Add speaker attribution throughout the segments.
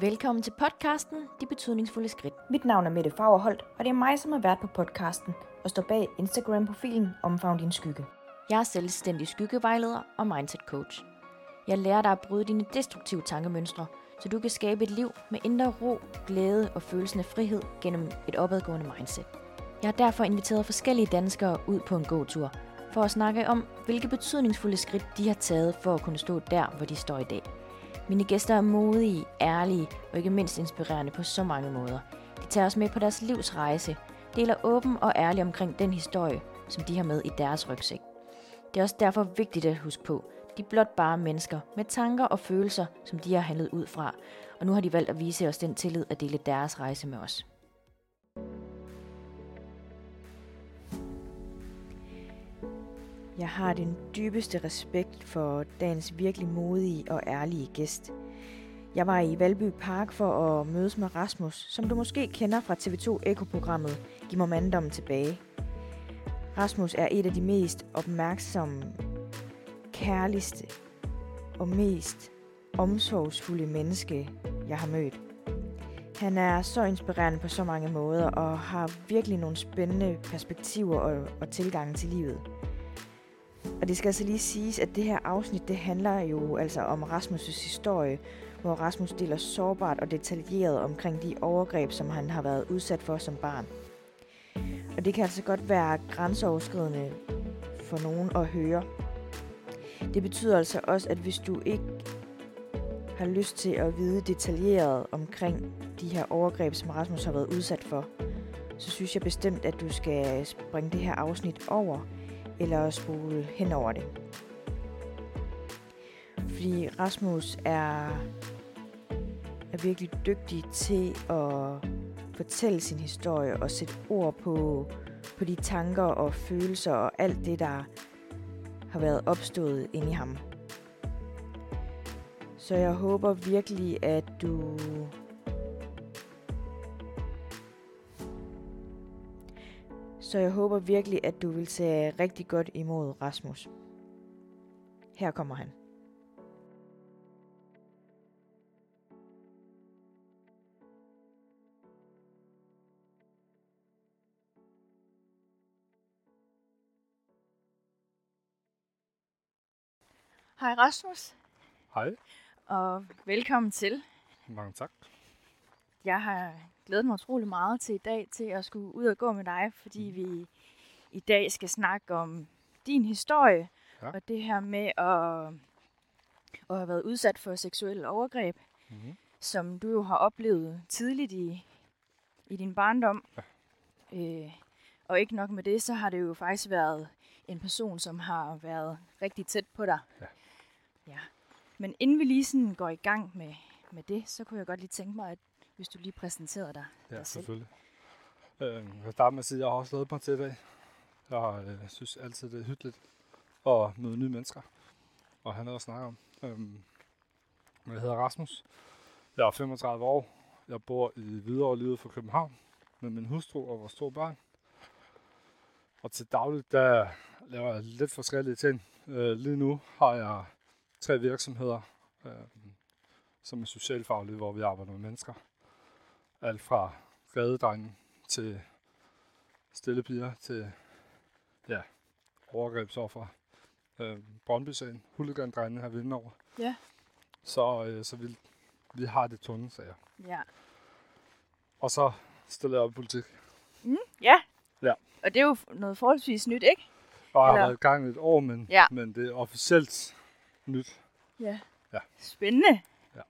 Speaker 1: Velkommen til podcasten De Betydningsfulde Skridt.
Speaker 2: Mit navn er Mette Fagerholt, og det er mig, som er vært på podcasten og står bag Instagram-profilen Omfavn din skygge.
Speaker 1: Jeg er selvstændig skyggevejleder og mindset coach. Jeg lærer dig at bryde dine destruktive tankemønstre, så du kan skabe et liv med indre ro, glæde og følelsen af frihed gennem et opadgående mindset. Jeg har derfor inviteret forskellige danskere ud på en god tur, for at snakke om, hvilke betydningsfulde skridt de har taget for at kunne stå der, hvor de står i dag. Mine gæster er modige, ærlige og ikke mindst inspirerende på så mange måder. De tager os med på deres livs rejse, deler åben og ærlig omkring den historie, som de har med i deres rygsæk. Det er også derfor vigtigt at huske på, de er blot bare mennesker med tanker og følelser, som de har handlet ud fra, og nu har de valgt at vise os den tillid at dele deres rejse med os.
Speaker 2: Jeg har den dybeste respekt for dagens virkelig modige og ærlige gæst. Jeg var i Valby Park for at mødes med Rasmus, som du måske kender fra TV2 Eko-programmet Giv mig manddommen tilbage. Rasmus er et af de mest opmærksomme, kærligste og mest omsorgsfulde menneske, jeg har mødt. Han er så inspirerende på så mange måder og har virkelig nogle spændende perspektiver og, og tilgange til livet. Og det skal altså lige siges, at det her afsnit, det handler jo altså om Rasmus' historie, hvor Rasmus deler sårbart og detaljeret omkring de overgreb, som han har været udsat for som barn. Og det kan altså godt være grænseoverskridende for nogen at høre. Det betyder altså også, at hvis du ikke har lyst til at vide detaljeret omkring de her overgreb, som Rasmus har været udsat for, så synes jeg bestemt, at du skal springe det her afsnit over – eller spole hen over det. Fordi Rasmus er, er virkelig dygtig til at fortælle sin historie og sætte ord på, på de tanker og følelser og alt det, der har været opstået inde i ham. Så jeg håber virkelig, at du Så jeg håber virkelig, at du vil tage rigtig godt imod Rasmus. Her kommer han.
Speaker 3: Hej Rasmus,
Speaker 4: Hej,
Speaker 3: og velkommen til.
Speaker 4: mange tak.
Speaker 3: Jeg har glædet mig utrolig meget til i dag, til at skulle ud og gå med dig, fordi vi i dag skal snakke om din historie,
Speaker 4: Ja.
Speaker 3: og det her med at, at have været udsat for seksuelle overgreb,
Speaker 4: Mhm.
Speaker 3: som du jo har oplevet tidligt i, i din barndom. Øh, og ikke nok med det, så har det jo faktisk været en person, som har været rigtig tæt på dig.
Speaker 4: Ja.
Speaker 3: ja. Men inden vi lige sådan går i gang med, med det, så kunne jeg godt lige tænke mig, at hvis du lige præsenterede dig.
Speaker 4: Ja,
Speaker 3: dig selv.
Speaker 4: selvfølgelig. Øh, jeg vil starte med at sige, at jeg har også lavet mig til i dag. Jeg øh, synes altid, det er hyggeligt at møde nye mennesker og have noget at snakke om. Øhm, jeg hedder Rasmus. Jeg er 35 år. Jeg bor i Hvidovre, lige ud for København, med min hustru og vores to børn. Og til dagligt, der laver jeg lidt forskellige ting. Øh, lige nu har jeg tre virksomheder, øh, som er socialfaglige, hvor vi arbejder med mennesker. alt fra gadedrenge til stille piger til ja, overgrebsoffer. Øh, Brøndby-sagen, huligandrengene har vinde over.
Speaker 3: Ja.
Speaker 4: Så, øh, så vi, vi har det tunge sager.
Speaker 3: Ja.
Speaker 4: Og så stiller jeg op i politik.
Speaker 3: ja.
Speaker 4: Ja.
Speaker 3: Og det er jo f- noget forholdsvis nyt, ikke?
Speaker 4: Og jeg har
Speaker 3: Eller-
Speaker 4: været i gang i et år, men,
Speaker 3: Ja.
Speaker 4: men det er officielt nyt.
Speaker 3: Ja.
Speaker 4: Ja.
Speaker 3: Spændende.
Speaker 4: Ja.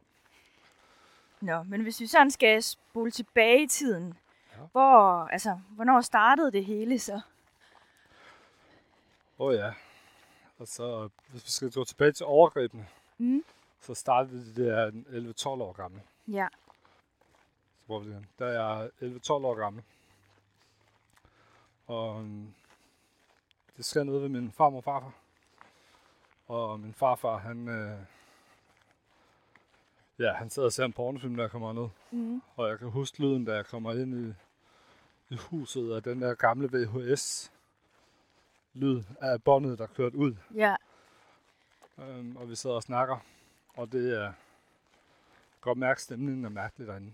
Speaker 3: Nå, men hvis vi sådan skal spole tilbage i tiden,
Speaker 4: Ja.
Speaker 3: hvor, altså, hvornår startede det hele så?
Speaker 4: Åh oh, ja. Og så, øh, hvis vi skal gå tilbage til overgrebene,
Speaker 3: Mm.
Speaker 4: så startede det der 11-12 år gammel.
Speaker 3: Ja.
Speaker 4: Så prøver vi det igen. Der er jeg 11-12 år gammel. Og øhm, det sker noget ved min farmor og farfar. Og min farfar, han... Øh, ja, han sidder og ser en pornofilm, da jeg kommer ned.
Speaker 3: Mm.
Speaker 4: Og jeg kan huske lyden, da jeg kommer ind i, i huset af den der gamle VHS-lyd af båndet, der kørte ud.
Speaker 3: Ja.
Speaker 4: Øhm, og vi sidder og snakker. Og det er, kan godt mærke, at stemningen er mærkelig derinde.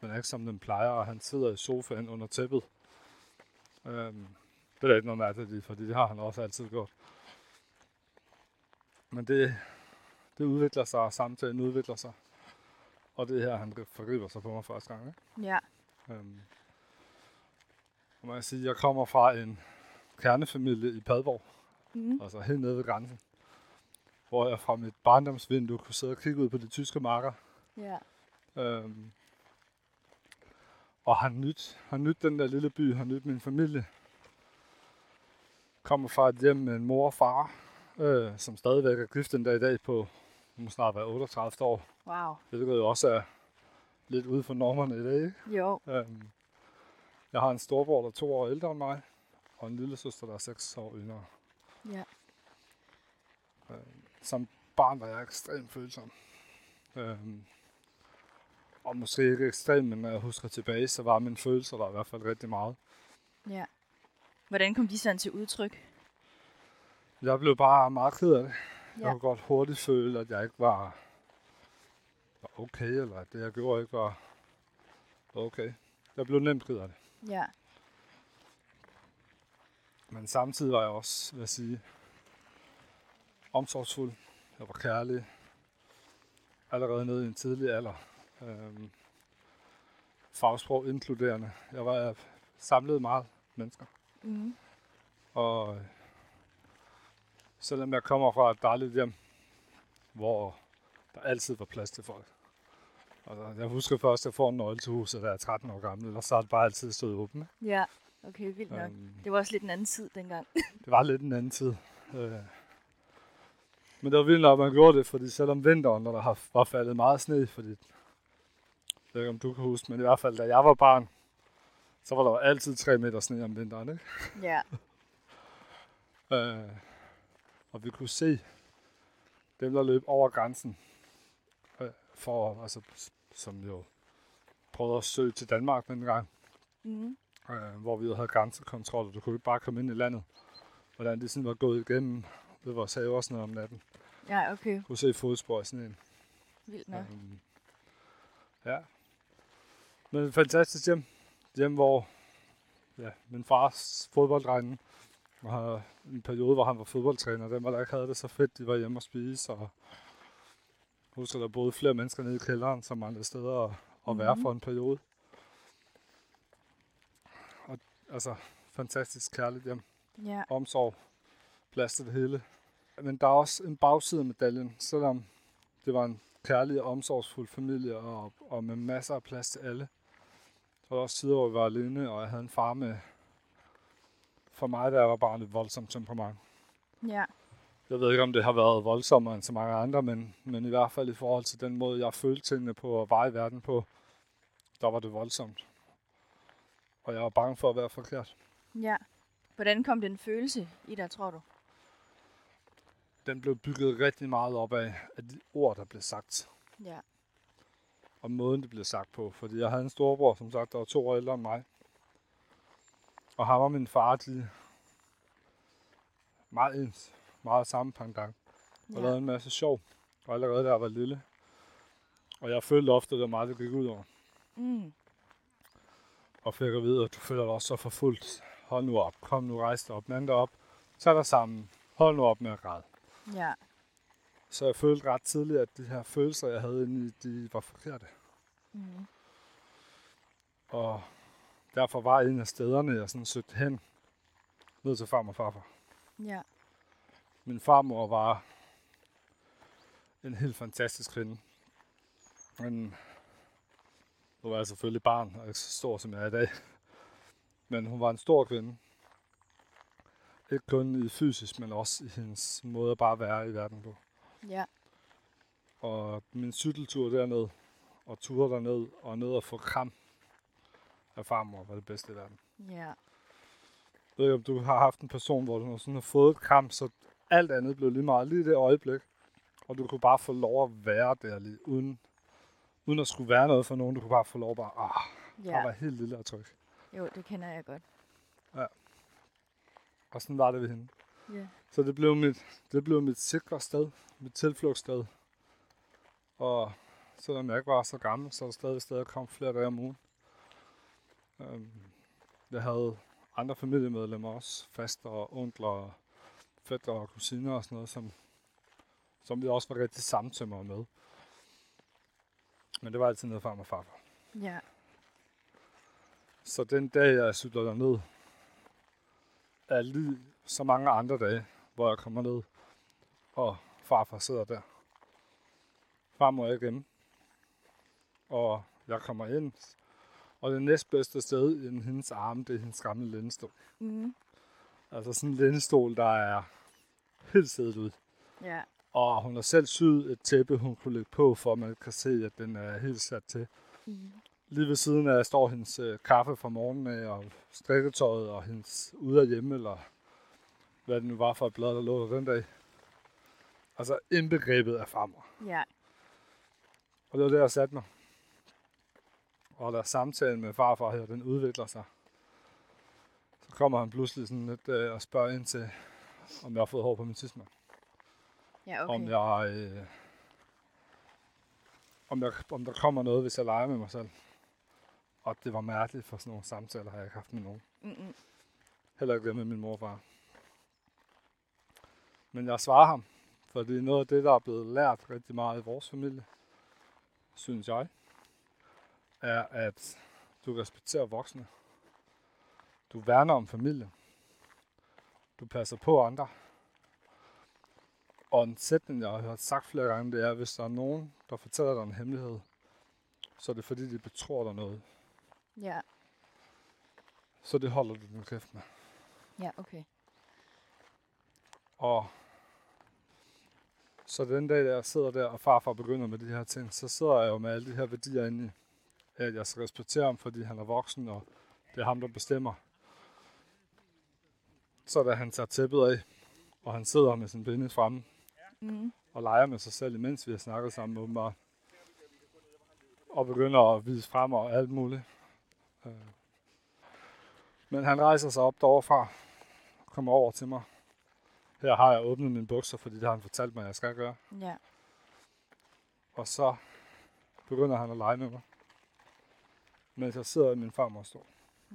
Speaker 4: Den er ikke som den plejer, og han sidder i sofaen under tæppet. Øhm, det er der ikke noget mærkeligt i, fordi det har han også altid gjort. Men det, det udvikler sig, og samtalen udvikler sig. Og det er her, han forgriber sig på mig første gang. Ikke?
Speaker 2: Ja.
Speaker 4: Øhm, og man kan sige, jeg kommer fra en kernefamilie i Padborg,
Speaker 2: Mm.
Speaker 4: altså helt nede ved grænsen, hvor jeg fra mit barndomsvindue kunne sidde og kigge ud på de tyske marker,
Speaker 2: Ja.
Speaker 4: Øhm, og har nyt, har nyt den der lille by, har nyt min familie. Kommer fra et hjem med en mor og far, øh, som stadigvæk er gift den dag i dag på, nu må snart være 38 år.
Speaker 2: Wow.
Speaker 4: Det ved jo også er lidt ude for normerne i dag, ikke?
Speaker 2: Jo.
Speaker 4: Øhm, jeg har en storbror, der er to år ældre end mig, og en lille søster, der er seks år yngre.
Speaker 2: Ja.
Speaker 4: Øhm, som barn var jeg ekstremt følsom. Øhm, og måske ikke ekstremt, men når jeg husker tilbage, så var mine følelser der i hvert fald rigtig meget.
Speaker 2: Ja. Hvordan kom de sådan til udtryk?
Speaker 4: Jeg blev bare meget ked af det.
Speaker 2: Ja.
Speaker 4: Jeg kunne godt hurtigt føle, at jeg ikke var, var okay, eller at det, jeg gjorde, ikke var var okay. Jeg blev nemt ked af det.
Speaker 2: Ja.
Speaker 4: Men samtidig var jeg også, vil jeg sige, omsorgsfuld. Jeg var kærlig. Allerede nede i en tidlig alder. Øhm, fagsprog inkluderende. Jeg var jeg samlede meget mennesker.
Speaker 2: Mm.
Speaker 4: Og øh, selvom jeg kommer fra et dejligt hjem, hvor der altid var plads til folk. Og jeg husker først, at jeg får en nøgle til huset, da jeg er 13 år gammel, og så har det bare altid stået åbent. ikke?
Speaker 2: Ja. Okay, vildt nok.
Speaker 4: Øhm,
Speaker 2: Det var også lidt en anden tid dengang.
Speaker 4: det var lidt en anden tid. Øh. Men det var vildt, når man gjorde det, fordi selvom vinteren, når der har- var faldet meget sne, fordi jeg ved ikke, om du kan huske, men i hvert fald, da jeg var barn, så var der jo altid 3 meter sne om vinteren, ikke?
Speaker 2: Ja.
Speaker 4: Øh. Og vi kunne se dem, der løb over grænsen, øh, for, altså, som jo prøvede at søge til Danmark dengang,
Speaker 2: Mm.
Speaker 4: øh, hvor vi jo havde grænsekontrol, og du kunne ikke bare komme ind i landet. Hvordan det sådan var gået igennem ved vores have og sådan noget om natten.
Speaker 2: Ja, okay.
Speaker 4: Du kunne se fodspor i sådan en.
Speaker 2: Vildt
Speaker 4: Ja.
Speaker 2: nok.
Speaker 4: Øhm, ja. Men et fantastisk hjem. Et Hjem, hvor ja, min fars fodbolddrenge og en periode, hvor han var fodboldtræner, dem, der ikke havde det så fedt, de var hjemme og spise, og jeg husker, der boede flere mennesker nede i kælderen, som andre steder at, at
Speaker 2: Mhm.
Speaker 4: være for en periode. Og, altså, fantastisk kærligt hjem
Speaker 2: Ja.
Speaker 4: omsorg, plads til det hele. Men der er også en bagside af medaljen, selvom det var en kærlig og omsorgsfuld familie og, og med masser af plads til alle. Så var der også tider, hvor jeg var alene, og jeg havde en far med, for mig, der var bare et voldsomt temperament.
Speaker 2: Ja.
Speaker 4: Jeg ved ikke, om det har været voldsommere end så mange andre, men, men i hvert fald i forhold til den måde, jeg følte tingene på og var i verden på, der var det voldsomt. Og jeg var bange for at være forkert.
Speaker 2: Ja. Hvordan kom den følelse i dig, tror du?
Speaker 4: den blev bygget rigtig meget op af, af de ord, der blev sagt,
Speaker 2: Ja.
Speaker 4: og måden, det blev sagt på. Fordi jeg havde en storebror, som sagt, der var to år ældre end mig. Og ham og min far, de meget ens, meget samme pendant, og
Speaker 2: Ja.
Speaker 4: lavede en masse sjov. Og allerede da jeg var lille. Og jeg følte ofte, at det var meget, det gik ud over.
Speaker 2: Mm.
Speaker 4: Og fik at vide, at du føler dig også så forfulgt. Hold nu op, kom nu, rejs dig op, mand dig op, tag dig sammen, hold nu op med at græde.
Speaker 2: Ja.
Speaker 4: Så jeg følte ret tidligt, at de her følelser, jeg havde inde i, de var forkerte.
Speaker 2: Mm.
Speaker 4: Og derfor var en af stederne, jeg sådan søgte hen, ned til farmor og farfar.
Speaker 2: Ja.
Speaker 4: Min farmor var en helt fantastisk kvinde. Men nu var jeg selvfølgelig barn, og ikke så stor som jeg er i dag. Men hun var en stor kvinde. Ikke kun i fysisk, men også i hendes måde at bare være i verden på.
Speaker 2: Ja.
Speaker 4: Og min cykeltur derned, og ture derned, og ned og få kram af farmor, var det bedste i verden.
Speaker 2: Ja.
Speaker 4: Jeg ved ikke, om du har haft en person, hvor du har sådan har fået et kram, så alt andet blev lige meget lige i det øjeblik. Og du kunne bare få lov at være der lige, uden, uden at skulle være noget for nogen. Du kunne bare få lov at bare, ah,
Speaker 2: Ja.
Speaker 4: ja. være helt lille og tryg.
Speaker 2: Jo, det kender jeg godt.
Speaker 4: Og sådan var det ved hende.
Speaker 2: Ja.
Speaker 4: Så det blev mit, det blev mit sikre sted, mit tilflugtssted. Og selvom jeg ikke var så gammel, så er der stadig stadig kom flere dage om ugen. Øhm, jeg havde andre familiemedlemmer også, faster og onkler og fætter og kusiner og sådan noget, som, som vi også var rigtig samtømmer med. Men det var altid noget farmor og farfar.
Speaker 2: Ja.
Speaker 4: Så den dag, jeg cykler derned, er lige så mange andre dage, hvor jeg kommer ned, og farfar sidder der. Farmor er ikke hjemme. Og jeg kommer ind, og det næstbedste sted i hendes arme, det er hendes gamle lændestol.
Speaker 2: Mm.
Speaker 4: Altså sådan en lændestol, der er helt siddet ud.
Speaker 2: Ja.
Speaker 4: Og hun har selv syet et tæppe, hun kunne lægge på, for at man kan se, at den er helt sat til.
Speaker 2: Mm.
Speaker 4: Lige ved siden af står hendes øh, kaffe fra morgenen af, og strikketøjet, og hendes ude af hjemme, eller hvad det nu var for et blad, der lå der den dag. Altså indbegrebet af farmor.
Speaker 2: Ja.
Speaker 4: Og det var det, jeg satte mig. Og da samtalen med farfar her, den udvikler sig, så kommer han pludselig sådan lidt øh, og spørger ind til, om jeg har fået hår på min tidsmand.
Speaker 2: Ja,
Speaker 4: Okay. Om
Speaker 2: okay.
Speaker 4: jeg... Øh, om, jeg, om der kommer noget, hvis jeg leger med mig selv. Og det var mærkeligt, for sådan nogle samtaler har jeg ikke haft med nogen.
Speaker 2: Mm-mm.
Speaker 4: Heller ikke det med min morfar. Men jeg svarer ham, for det er noget af det, der er blevet lært rigtig meget i vores familie, synes jeg, er, at du respekterer voksne. Du værner om familien. Du passer på andre. Og en sætning, jeg har hørt sagt flere gange, det er, at hvis der er nogen, der fortæller dig en hemmelighed, så er det fordi, de betror dig noget.
Speaker 2: Ja.
Speaker 4: Så det holder du din kæft med.
Speaker 2: Ja, okay.
Speaker 4: Og så den dag, jeg sidder der, og farfar begynder med de her ting, så sidder jeg jo med alle de her værdier inde i, at jeg skal respektere ham, fordi han er voksen, og det er ham, der bestemmer. Så da han tager tæppet af, og han sidder med sin blinde fremme,
Speaker 2: Mm.
Speaker 4: og leger med sig selv, imens vi har snakket sammen åbenbart. Og begynder at vise frem og alt muligt. Øh. Men han rejser sig op derovre og kommer over til mig. Her har jeg åbnet mine bukser, fordi det har han fortalt mig, at jeg skal gøre.
Speaker 2: Ja.
Speaker 4: Og så begynder han at lege med mig. Mens jeg sidder i min farmors stol.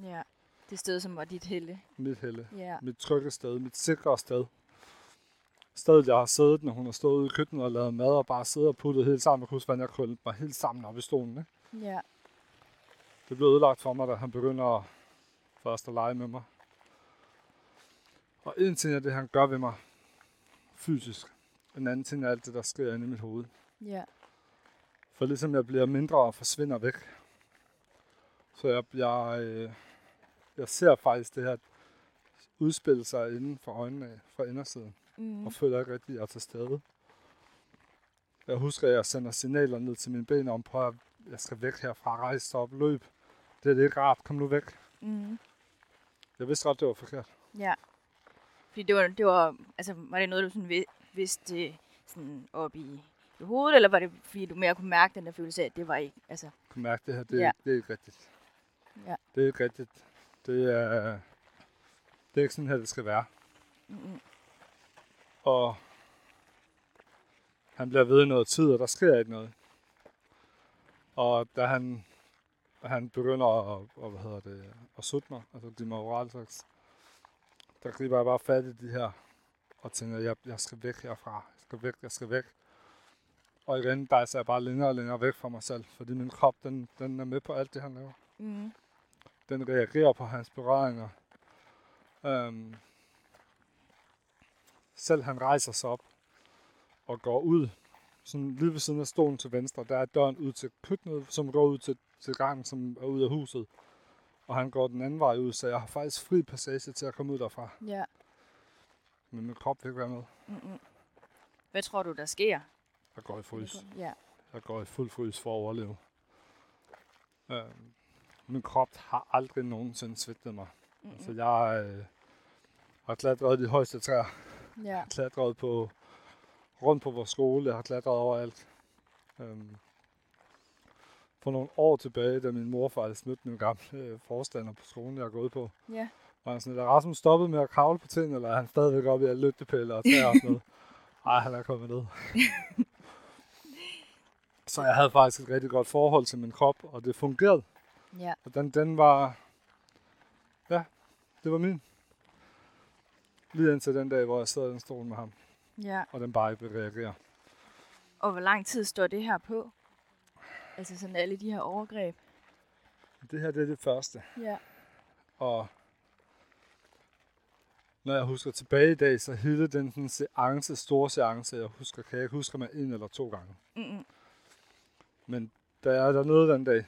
Speaker 2: Ja. Det sted, som var dit helle.
Speaker 4: Mit helle.
Speaker 2: Ja.
Speaker 4: Mit trygge sted. Mit sikre sted. Stedet, jeg har siddet, når hun har stået ude i køkkenet og lavet mad, og bare siddet og puttet helt sammen. Jeg kunne huske, hvordan jeg krøllede mig helt sammen op i stolen. Ikke?
Speaker 2: Ja.
Speaker 4: Det blev ødelagt for mig, da han begynder at, først at lege med mig. Og en ting er det, han gør ved mig fysisk. En anden ting er alt det, der sker inde i mit hoved.
Speaker 2: Ja.
Speaker 4: For ligesom jeg bliver mindre og forsvinder væk. Så jeg, jeg, øh, jeg ser faktisk det her udspille sig inden for øjnene af, fra indersiden. Mm.
Speaker 2: Mm.
Speaker 4: Og føler ikke rigtig, at jeg er til stede. Jeg husker, at jeg sender signaler ned til mine ben om, prøv at jeg skal væk herfra, rejse dig op, løb. Det er det ikke rart, kom nu væk.
Speaker 2: Mm.
Speaker 4: Jeg vidste godt, det var forkert.
Speaker 2: Ja. Fordi det var, det var, altså, var det noget, du sådan vi- vidste øh, sådan op i, i hovedet, eller var det, fordi du mere kunne mærke den der følelse af, at det var ikke, altså,
Speaker 4: Jeg kunne mærke det her, det, ja.
Speaker 2: Ja.
Speaker 4: det er ikke rigtigt.
Speaker 2: Ja.
Speaker 4: Det er ikke rigtigt. Det er, det er ikke sådan her, det skal være.
Speaker 2: mm,
Speaker 4: Og han bliver ved i noget tid, og der sker ikke noget. Og da han, han begynder at, at, hvad hedder det, at sutte mig, altså give mig oralsex, der griber jeg bare fat i de her, og tænker, jeg, jeg skal væk herfra, jeg skal væk, jeg skal væk. Og igen dejser jeg bare længere og længere væk fra mig selv, fordi min krop, den, den er med på alt det, han laver
Speaker 2: mm,
Speaker 4: den reagerer på hans berøringer. Øhm, selv han rejser sig op og går ud. Sådan lige ved siden af stolen til venstre, der er døren ud til køkkenet, som går ud til, til gangen, som er ud af huset. Og han går den anden vej ud, så jeg har faktisk fri passage til at komme ud derfra.
Speaker 2: ja.
Speaker 4: Men min krop vil ikke være med.
Speaker 2: Mm, mm. Hvad tror du, der sker?
Speaker 4: Jeg går i frys.
Speaker 2: Ja.
Speaker 4: Jeg går i fuld frys for at overleve. Øhm, min krop har aldrig nogensinde svigtet mig.
Speaker 2: Mm,
Speaker 4: Så
Speaker 2: mm.
Speaker 4: jeg øh, har klatret i de højeste træer.
Speaker 2: Ja.
Speaker 4: klatret på rundt på vores skole, jeg har klatret overalt. Øhm, for nogle år tilbage, da min mor faktisk mødte min gamle øh, forstander på skolen, jeg har gået på,
Speaker 2: Ja.
Speaker 4: var han sådan lidt, er Rasmus stoppet med at kravle på tingene, eller er han stadigvæk oppe i alle lygtepæler og træer og sådan noget? Ej, han er kommet ned. Så jeg havde faktisk et rigtig godt forhold til min krop, og det fungerede.
Speaker 2: Ja.
Speaker 4: Og den, den var... Ja, det var min. Lige indtil den dag, hvor jeg sad i den stol med ham,
Speaker 2: ja.
Speaker 4: og den bare ikke ville reagere.
Speaker 2: Og hvor lang tid står det her på? Altså sådan alle de her overgreb.
Speaker 4: Det her, det er det første.
Speaker 2: Ja.
Speaker 4: Og når jeg husker tilbage i dag, så hed det den sådan seance, store seance, jeg husker, kan jeg ikke huske mig en eller to gange.
Speaker 2: Mm-mm.
Speaker 4: Men da jeg er dernede den dag,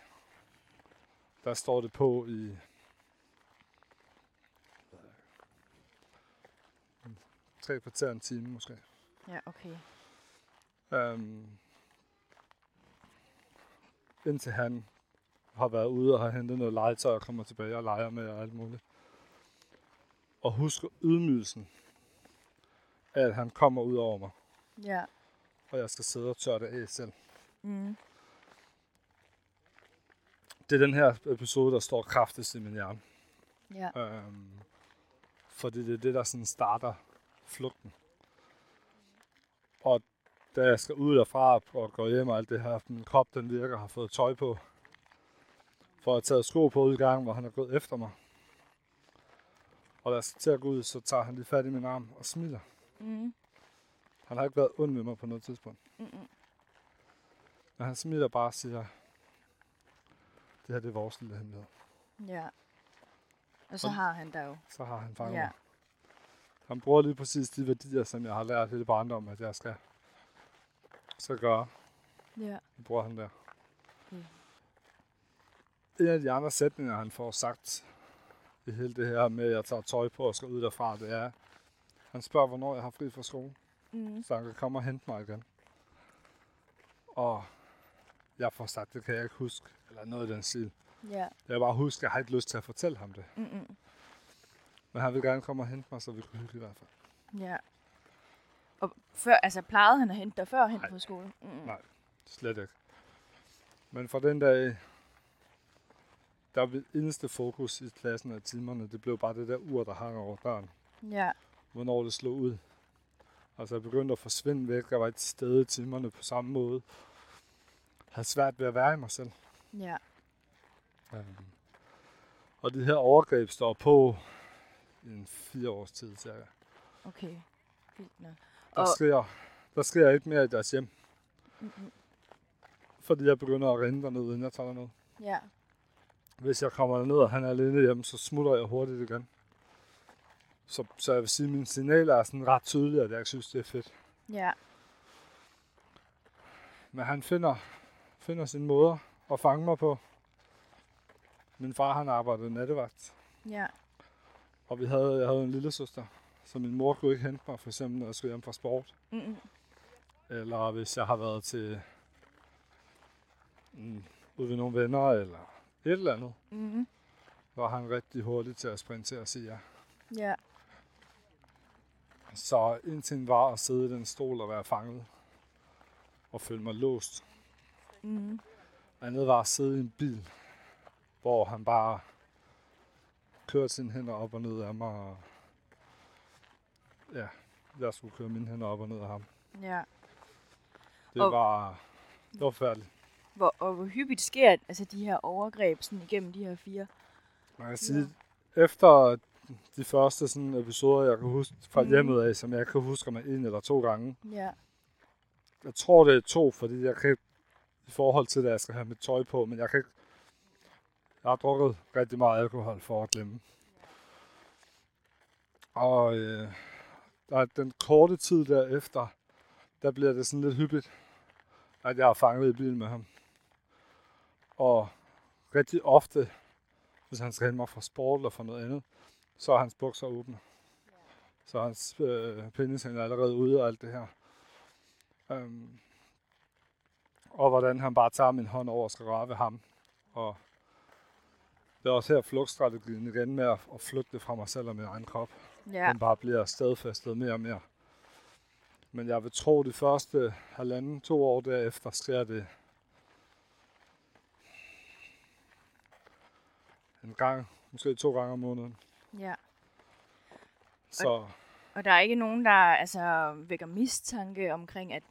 Speaker 4: der står det på i... Tre kvarter en time måske.
Speaker 2: Ja, okay.
Speaker 4: Øhm, indtil han har været ude og har hentet noget legetøj og kommer tilbage og leger med og alt muligt. Og husk ydmygelsen af, at han kommer ud over mig,
Speaker 2: Ja.
Speaker 4: og jeg skal sidde og tørre det af selv.
Speaker 2: Mm.
Speaker 4: Det er den her episode, der står kraftigst i min hjerne.
Speaker 2: Ja.
Speaker 4: Øhm, fordi det er det, der sådan starter flugten. Og da jeg skal ud derfra og gå hjem og alt det her, min krop den virker, har fået tøj på. For jeg har taget sko på udgangen, hvor han er gået efter mig. Og da jeg skal til at gå ud, så tager han lige fat i min arm og smiler.
Speaker 2: Mm.
Speaker 4: Han har ikke været ond ved mig på noget tidspunkt.
Speaker 2: Mm-mm.
Speaker 4: Men han smiler bare og siger, det her det er vores lille hemmelighed.
Speaker 2: Ja. Og så
Speaker 4: Og-
Speaker 2: har han der jo.
Speaker 4: så har han fanget
Speaker 2: Ja.
Speaker 4: ja. mig. Han bruger lige præcis de værdier, som jeg har lært hele barndommen, at jeg skal, skal gøre.
Speaker 2: Ja.
Speaker 4: Det bruger han der.
Speaker 2: Mm.
Speaker 4: En af de andre sætninger, han får sagt i hele det her med, at jeg tager tøj på og skal ud derfra, det er, han spørger, hvornår jeg har fri fra skole,
Speaker 2: Mm.
Speaker 4: så han kan komme og hente mig igen. Og jeg får sagt, det kan jeg ikke huske, eller noget i den stil.
Speaker 2: Ja.
Speaker 4: Jeg bare husker, jeg har ikke lyst til at fortælle ham det.
Speaker 2: Mm-mm.
Speaker 4: Men han vil gerne komme og hente mig, så vi kunne hygge i hvert fald.
Speaker 2: Ja. Og før, altså plejede han at hente dig før hen
Speaker 4: Nej.
Speaker 2: på skole? Mm.
Speaker 4: Nej. Slet ikke. Men fra den dag, der var eneste fokus i klassen og timerne, det blev bare det der ur, der hang over døren.
Speaker 2: Ja.
Speaker 4: Hvornår det slog ud. Altså jeg begyndte at forsvinde væk, jeg var ikke til stede i timerne på samme måde. Jeg havde svært ved at være i mig selv.
Speaker 2: Ja.
Speaker 4: Øhm, Og det her overgreb står på i en fire års tid, cirka.
Speaker 2: Okay. Vildt nok.
Speaker 4: Der
Speaker 2: Og-
Speaker 4: sker, der sker ikke mere i deres hjem,
Speaker 2: Mm-mm.
Speaker 4: fordi jeg begynder at rende derned, inden jeg tager derned.
Speaker 2: Ja.
Speaker 4: hvis jeg kommer derned, og han er alene hjemme, så smutter jeg hurtigt igen. Så, så jeg vil sige, at mine signaler er sådan ret tydelige, at jeg ikke synes, det er fedt.
Speaker 2: Ja.
Speaker 4: Men han finder, finder sin måder at fange mig på. Min far, han arbejdede nattevagt,
Speaker 2: Ja.
Speaker 4: og vi havde, jeg havde en lille søster, så min mor kunne ikke hente mig, for eksempel når jeg skulle hjem fra sport,
Speaker 2: Mm-mm.
Speaker 4: eller hvis jeg har været til mm, ude ved nogle venner, eller et eller andet,
Speaker 2: Mm-mm.
Speaker 4: var han rigtig hurtig til at springe til og sige ja.
Speaker 2: Ja.
Speaker 4: Så indtil var at sidde i den stol og være fanget og føle mig låst.
Speaker 2: Mm.
Speaker 4: Andet var at sidde i en bil, hvor han bare kørte sine hænder op og ned af mig. Og ja, jeg skulle køre mine hænder op og ned af ham.
Speaker 2: Ja.
Speaker 4: Det
Speaker 2: Og-
Speaker 4: var, det var forfærdeligt.
Speaker 2: Hvor, og hvor hyppigt sker altså, de her overgreb sådan, igennem de her fire?
Speaker 4: Man kan sige, efter de første sådan episoder, jeg kan huske fra
Speaker 2: Mhm.
Speaker 4: hjemmet af, som jeg kan huske mig en eller to gange.
Speaker 2: Ja.
Speaker 4: Jeg tror, det er to, fordi jeg kan ikke, i forhold til, at jeg skal have mit tøj på, men jeg kan ikke, jeg har drukket rigtig meget alkohol for at glemme. Og øh, der er den korte tid derefter, der bliver det sådan lidt hyppigt, at jeg har fanget i bilen med ham. Og rigtig ofte, hvis han skal hente mig fra sport eller fra noget andet, så er hans bukser åbne. Så er hans øh, pindesænger er allerede ude og alt det her. Øhm, og hvordan han bare tager min hånd over og skal røre ved ham. Og det er også her flugtstrategien igen med at at flytte det fra mig selv og min egen krop. Ja.
Speaker 2: Ja.
Speaker 4: Den bare bliver stadfæstet mere og mere. Men jeg vil tro, det første halvanden, to år derefter sker det en gang, måske to gange om måneden.
Speaker 2: ja.
Speaker 4: Så
Speaker 2: Og der er ikke nogen, der altså, vækker mistanke omkring, at...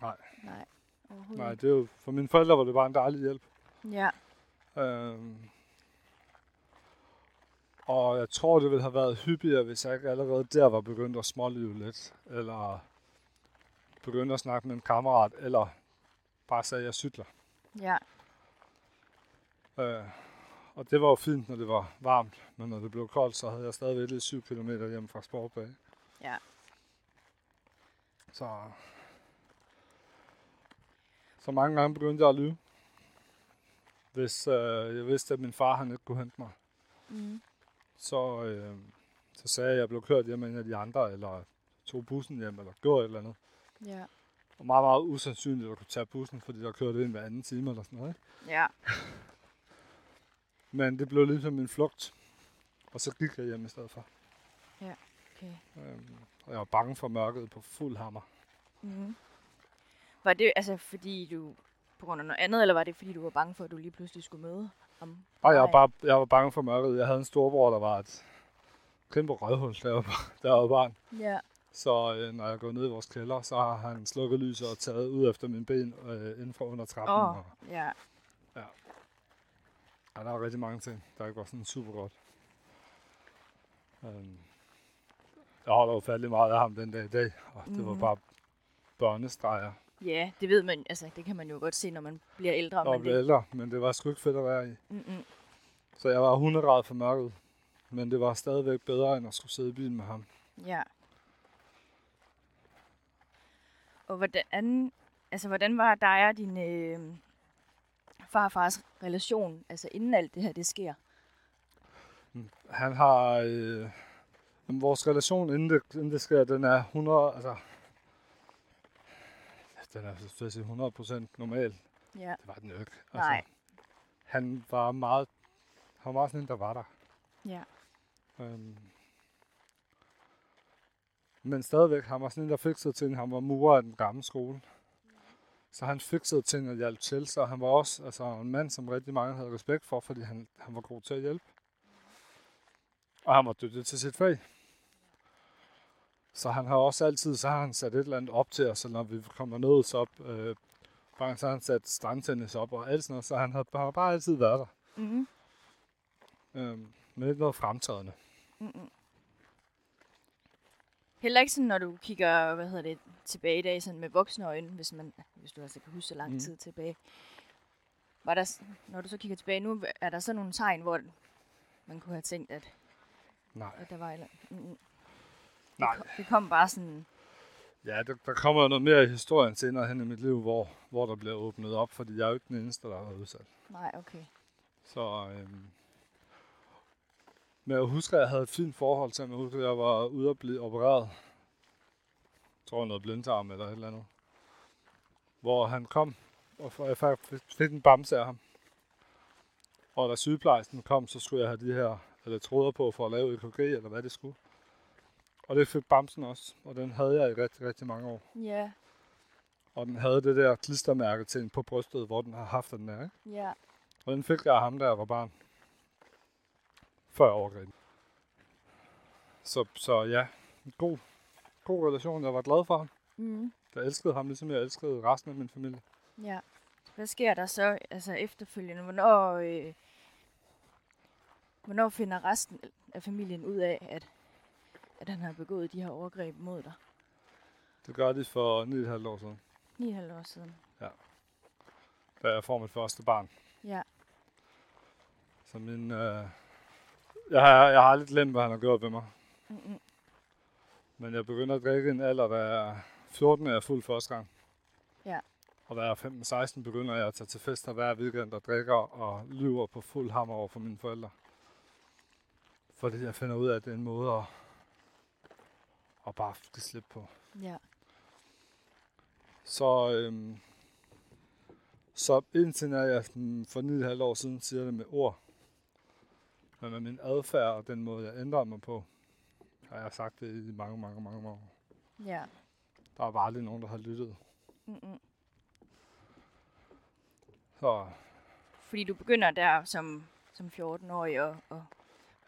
Speaker 4: Nej.
Speaker 2: Nej. overhovedet.
Speaker 4: Nej, det er jo, for mine forældre var det bare en dejlig hjælp.
Speaker 2: Ja,
Speaker 4: Øhm, og jeg tror, det ville have været hyppigere, hvis jeg ikke allerede der var begyndt at smålive lidt, eller begyndt at snakke med en kammerat, eller bare sagde, at jeg cykler.
Speaker 2: ja,
Speaker 4: Øh, og det var jo fint, når det var varmt, men når det blev koldt, så havde jeg stadigvæk lidt 7 km hjem fra sportbag.
Speaker 2: Ja.
Speaker 4: Så, så mange gange begyndte jeg at lyve, hvis øh, jeg vidste, at min far han ikke kunne hente mig.
Speaker 2: mm.
Speaker 4: Så, øh, så sagde jeg, at jeg blev kørt hjem af en af de andre, eller tog bussen hjem, eller gjorde et eller andet.
Speaker 2: ja,
Speaker 4: Og meget, meget usandsynligt at kunne tage bussen, fordi der kørte ind hver anden time eller sådan noget. ikke?
Speaker 2: ja,
Speaker 4: Men det blev ligesom en flugt. Og så gik jeg hjem i stedet for.
Speaker 2: Ja, okay.
Speaker 4: Øhm, og jeg var bange for mørket på fuld hammer.
Speaker 2: mm. Var det altså fordi du, på grund af noget andet, eller var det fordi du var bange for, at du lige pludselig skulle møde ham?
Speaker 4: Og jeg var,
Speaker 2: Nej.
Speaker 4: bare, jeg var bange for mørket. Jeg havde en storbror, der var et kæmpe rødhul, der var, bar- der var barn.
Speaker 2: Ja,
Speaker 4: Så øh, når jeg går ned i vores kælder, så har han slukket lyset og taget ud efter mine ben øh, inden for under trappen.
Speaker 2: Åh.
Speaker 4: Og,
Speaker 2: ja,
Speaker 4: ja, der var rigtig mange ting, der ikke var sådan super godt. Øhm, jeg holder jo fandelig meget af ham den dag i dag, og det var
Speaker 2: Mhm.
Speaker 4: bare børnestreger.
Speaker 2: ja, det ved man, altså det kan man jo godt se, når man bliver ældre.
Speaker 4: og
Speaker 2: men
Speaker 4: blev
Speaker 2: det,
Speaker 4: ældre, men det var sgu ikke fedt at være i.
Speaker 2: mm-mm.
Speaker 4: Så jeg var 100 grader for mørket, men det var stadigvæk bedre, end at skulle sidde i bilen med ham.
Speaker 2: Ja. Og hvordan, altså, hvordan var dig og din øh, farfars relation, altså inden alt det her, det sker?
Speaker 4: Han har... Øh, jamen, vores relation, inden det, inden det sker, den er 100... Altså, den er så at sige 100% normal.
Speaker 2: Ja,
Speaker 4: Det var den jo ikke. Altså,
Speaker 2: Nej.
Speaker 4: Han var meget... Han var meget sådan en, der var der.
Speaker 2: ja,
Speaker 4: Øhm. Men stadigvæk, han var sådan en, der fiksede ting. Han var murer af den gamle skole. Så han fiksede ting og hjalp til, så han var også altså, en mand, som rigtig mange havde respekt for, fordi han, han var god til at hjælpe. Og han var dygtig til sit fag. Så han har også altid, så har han sat et eller andet op til os, så når vi kommer ned, så op, øh, bare- så har han sat strandtennis op og alt sådan noget, så han har, han har bare altid været der.
Speaker 2: mm-hmm.
Speaker 4: Øhm, men ikke noget fremtrædende.
Speaker 2: Mm-mm. Heller ikke sådan, når du kigger hvad hedder det, tilbage i dag sådan med voksne øjne, hvis, man, hvis du altså kan huske så lang
Speaker 4: Mm.
Speaker 2: tid tilbage. Var der, s- når du så kigger tilbage nu, er der så nogle tegn, hvor man kunne have tænkt, at,
Speaker 4: Nej.
Speaker 2: at der var... et Eller, mm,
Speaker 4: Nej.
Speaker 2: Det, kom, det kom bare sådan...
Speaker 4: Ja, der, der kommer jo noget mere i historien senere hen i mit liv, hvor, hvor der bliver åbnet op, fordi jeg er jo ikke den eneste, der har været udsat.
Speaker 2: Nej, okay.
Speaker 4: Så, øhm, men jeg husker, at jeg havde et fint forhold til ham. Jeg husker, at jeg var ude at blive opereret. Jeg tror, noget blindtarm eller et eller andet. Hvor han kom, og for- jeg fak- fik- fik en bamse af ham. Og da sygeplejersken kom, så skulle jeg have de her elektroder på for at lave EKG, eller hvad det skulle. Og det fik bamsen også, og den havde jeg i rigtig, rigtig mange år.
Speaker 2: Ja,
Speaker 4: Og den havde det der klistermærke til en på brystet, hvor den har haft at den er. Ikke?
Speaker 2: ja,
Speaker 4: Og den fik jeg af ham, da jeg var barn. Før overgrebet. Så, så ja, en god, god relation. Jeg var glad for ham.
Speaker 2: mm,
Speaker 4: Jeg elskede ham, ligesom jeg elskede resten af min familie.
Speaker 2: ja. Hvad sker der så altså efterfølgende? Hvornår, øh, hvornår finder resten af familien ud af, at, at han har begået de her overgreb mod dig?
Speaker 4: Det gør de for 9,5 år siden,
Speaker 2: 9,5 år siden.
Speaker 4: da jeg får mit første barn.
Speaker 2: Ja,
Speaker 4: Så min... Øh, jeg, har, jeg har aldrig glemt, hvad han har gjort ved mig.
Speaker 2: mm, mm,
Speaker 4: Men jeg begynder at drikke i en alder, der er 14, er jeg fuld første gang.
Speaker 2: Ja.
Speaker 4: Og da jeg er 15-16, begynder jeg at tage til fester hver weekend og drikker og lyver på fuld hammer over for mine forældre. Fordi jeg finder ud af, at det er en måde at, at bare give slip på.
Speaker 2: ja,
Speaker 4: Så, øhm, så indtil når jeg sådan for 9,5 år siden siger det med ord, men med min adfærd og den måde, jeg ændrer mig på, har jeg sagt det i mange, mange, mange år.
Speaker 2: ja.
Speaker 4: Der er bare aldrig nogen, der har lyttet.
Speaker 2: Mm, mm.
Speaker 4: Så
Speaker 2: Fordi du begynder der som, som 14-årig og, og,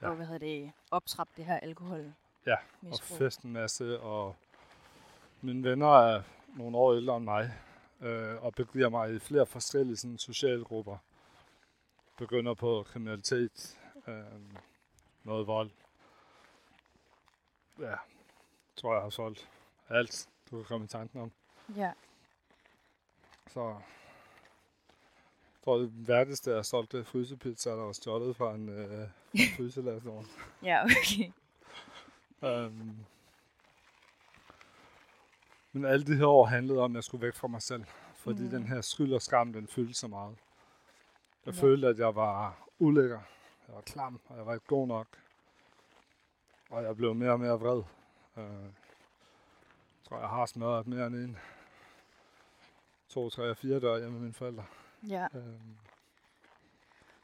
Speaker 4: Ja.
Speaker 2: ja. og hvad hedder det, optrappe det her alkohol.
Speaker 4: Ja, og
Speaker 2: misbrug.
Speaker 4: fest en masse, og mine venner er nogle år ældre end mig. øh, og begiver mig i flere forskellige sådan, sociale grupper. Begynder på kriminalitet, øh, noget vold. Ja, tror jeg har solgt alt, du kan komme i tanken om.
Speaker 2: Ja.
Speaker 4: Så jeg tror, det værdigste, jeg solgte frysepizza, der var stjålet fra en øh, fryselastvogn.
Speaker 2: Ja, okay.
Speaker 4: Øhm. Men alle de her år handlede om, at jeg skulle væk fra mig selv. Fordi
Speaker 2: Mhm.
Speaker 4: mm. den her skyld og skam, den fyldte så meget. Jeg
Speaker 2: Ja.
Speaker 4: ja. følte, at jeg var ulækker. Jeg var klam, og jeg var ikke god nok. Og jeg blev mere og mere vred. Øh, jeg tror, jeg har smadret mere end en. To, tre og fire dør hjemme med mine forældre.
Speaker 2: Ja.
Speaker 4: Øh,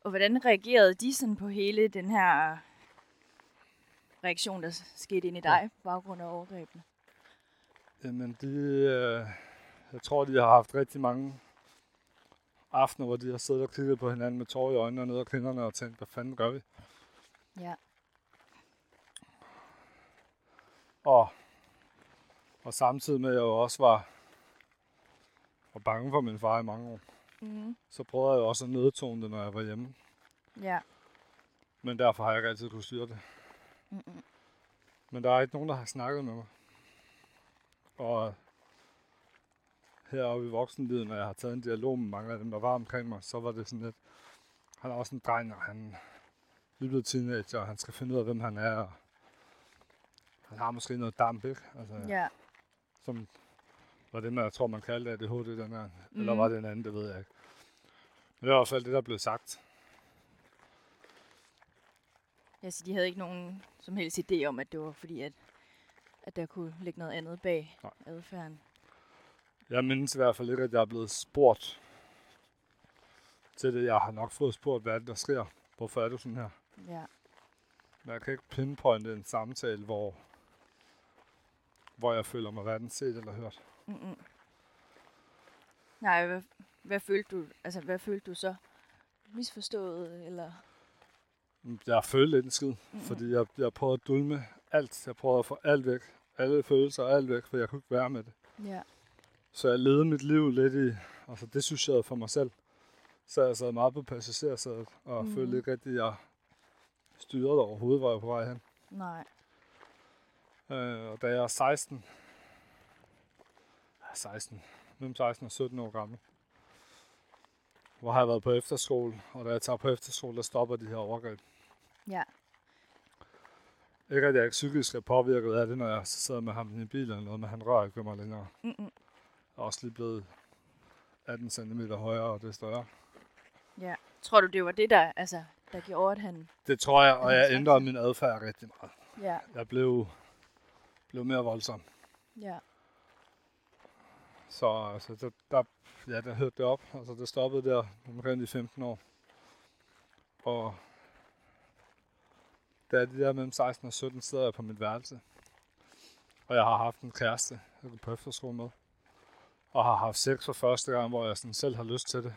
Speaker 2: Og hvordan reagerede de sådan på hele den her reaktion, der s- skete inde i dig, på baggrund af overgrebene?
Speaker 4: Jamen, de, øh, jeg tror, de har haft rigtig mange aftener, hvor de har siddet og kigget på hinanden med tårer i øjnene og ned ad kinderne og tænkt, hvad fanden gør vi?
Speaker 2: Ja.
Speaker 4: Og, og samtidig med, at jeg jo også var, var bange for min far i mange år,
Speaker 2: Mm.
Speaker 4: så prøvede jeg jo også at nedtone det, når jeg var hjemme.
Speaker 2: Ja.
Speaker 4: Men derfor har jeg ikke altid kunne styre det.
Speaker 2: Mm-mm.
Speaker 4: Men der er ikke nogen, der har snakket med mig. Og heroppe i voksenlivet, når jeg har taget en dialog med mange af dem, der var omkring mig, så var det sådan lidt, han er også en dreng, og han er lige blevet teenager, og han skal finde ud af, hvem han er, og han har måske noget damp, ikke? Altså,
Speaker 2: Ja.
Speaker 4: Som var det, man, jeg tror, man kaldte ADHD dengang. Mm. Eller var det en anden, det ved jeg ikke. Men det var i hvert fald det, der blev sagt.
Speaker 2: Ja, så de havde ikke nogen som helst idé om, at det var fordi, at, at der kunne ligge noget andet bag
Speaker 4: Nej.
Speaker 2: adfærden.
Speaker 4: Jeg mindes i hvert fald ikke, at jeg er blevet spurgt til det. Jeg har nok fået spurgt, hvad er det, der sker? Hvorfor er du sådan her?
Speaker 2: Ja.
Speaker 4: Men jeg kan ikke pinpointe en samtale, hvor, hvor jeg føler mig hverken set eller hørt.
Speaker 2: Mm-mm. Nej, hvad, hvad, følte du, altså, hvad følte du så? Misforstået, eller?
Speaker 4: Jeg følte lidt en skid,
Speaker 2: Mhm.
Speaker 4: mm. fordi jeg, jeg prøvede at dulme alt. Jeg prøvede at få alt væk. Alle følelser og alt væk, for jeg kunne ikke være med det.
Speaker 2: Ja.
Speaker 4: Så jeg levede mit liv lidt i, altså det synes jeg for mig selv. Så jeg sad meget på passagersædet, og
Speaker 2: Mhm.
Speaker 4: mm. følte ikke rigtig, at jeg styrede overhovedet, hvor jeg var på vej hen.
Speaker 2: Nej.
Speaker 4: Øh, og da jeg er 16, ah, 16, mellem 16 og 17 år gammel, hvor har jeg været på efterskole, og da jeg tager på efterskole, der stopper de her overgreb.
Speaker 2: Ja.
Speaker 4: Ikke at jeg ikke psykisk er påvirket af det, når jeg så sidder med ham i bilen eller noget, men han rører ikke ved mig længere.
Speaker 2: Mm-mm.
Speaker 4: Jeg er også lige blevet 18 cm højere, og det er større.
Speaker 2: Ja. Tror du, det var det, der, altså, der gjorde, at han...
Speaker 4: Det tror jeg, og
Speaker 2: Ja,
Speaker 4: jeg
Speaker 2: tak.
Speaker 4: ændrede min adfærd rigtig meget.
Speaker 2: Ja,
Speaker 4: Jeg blev, blev mere voldsom.
Speaker 2: ja.
Speaker 4: Så altså, der, der, ja, der hørte det op. Altså, det stoppede der omkring de 15 år. Og da de der mellem 16 og 17 sidder jeg på mit værelse. Og jeg har haft en kæreste, jeg går på efterskole med. Og har haft sex for første gang, hvor jeg sådan selv har lyst til det.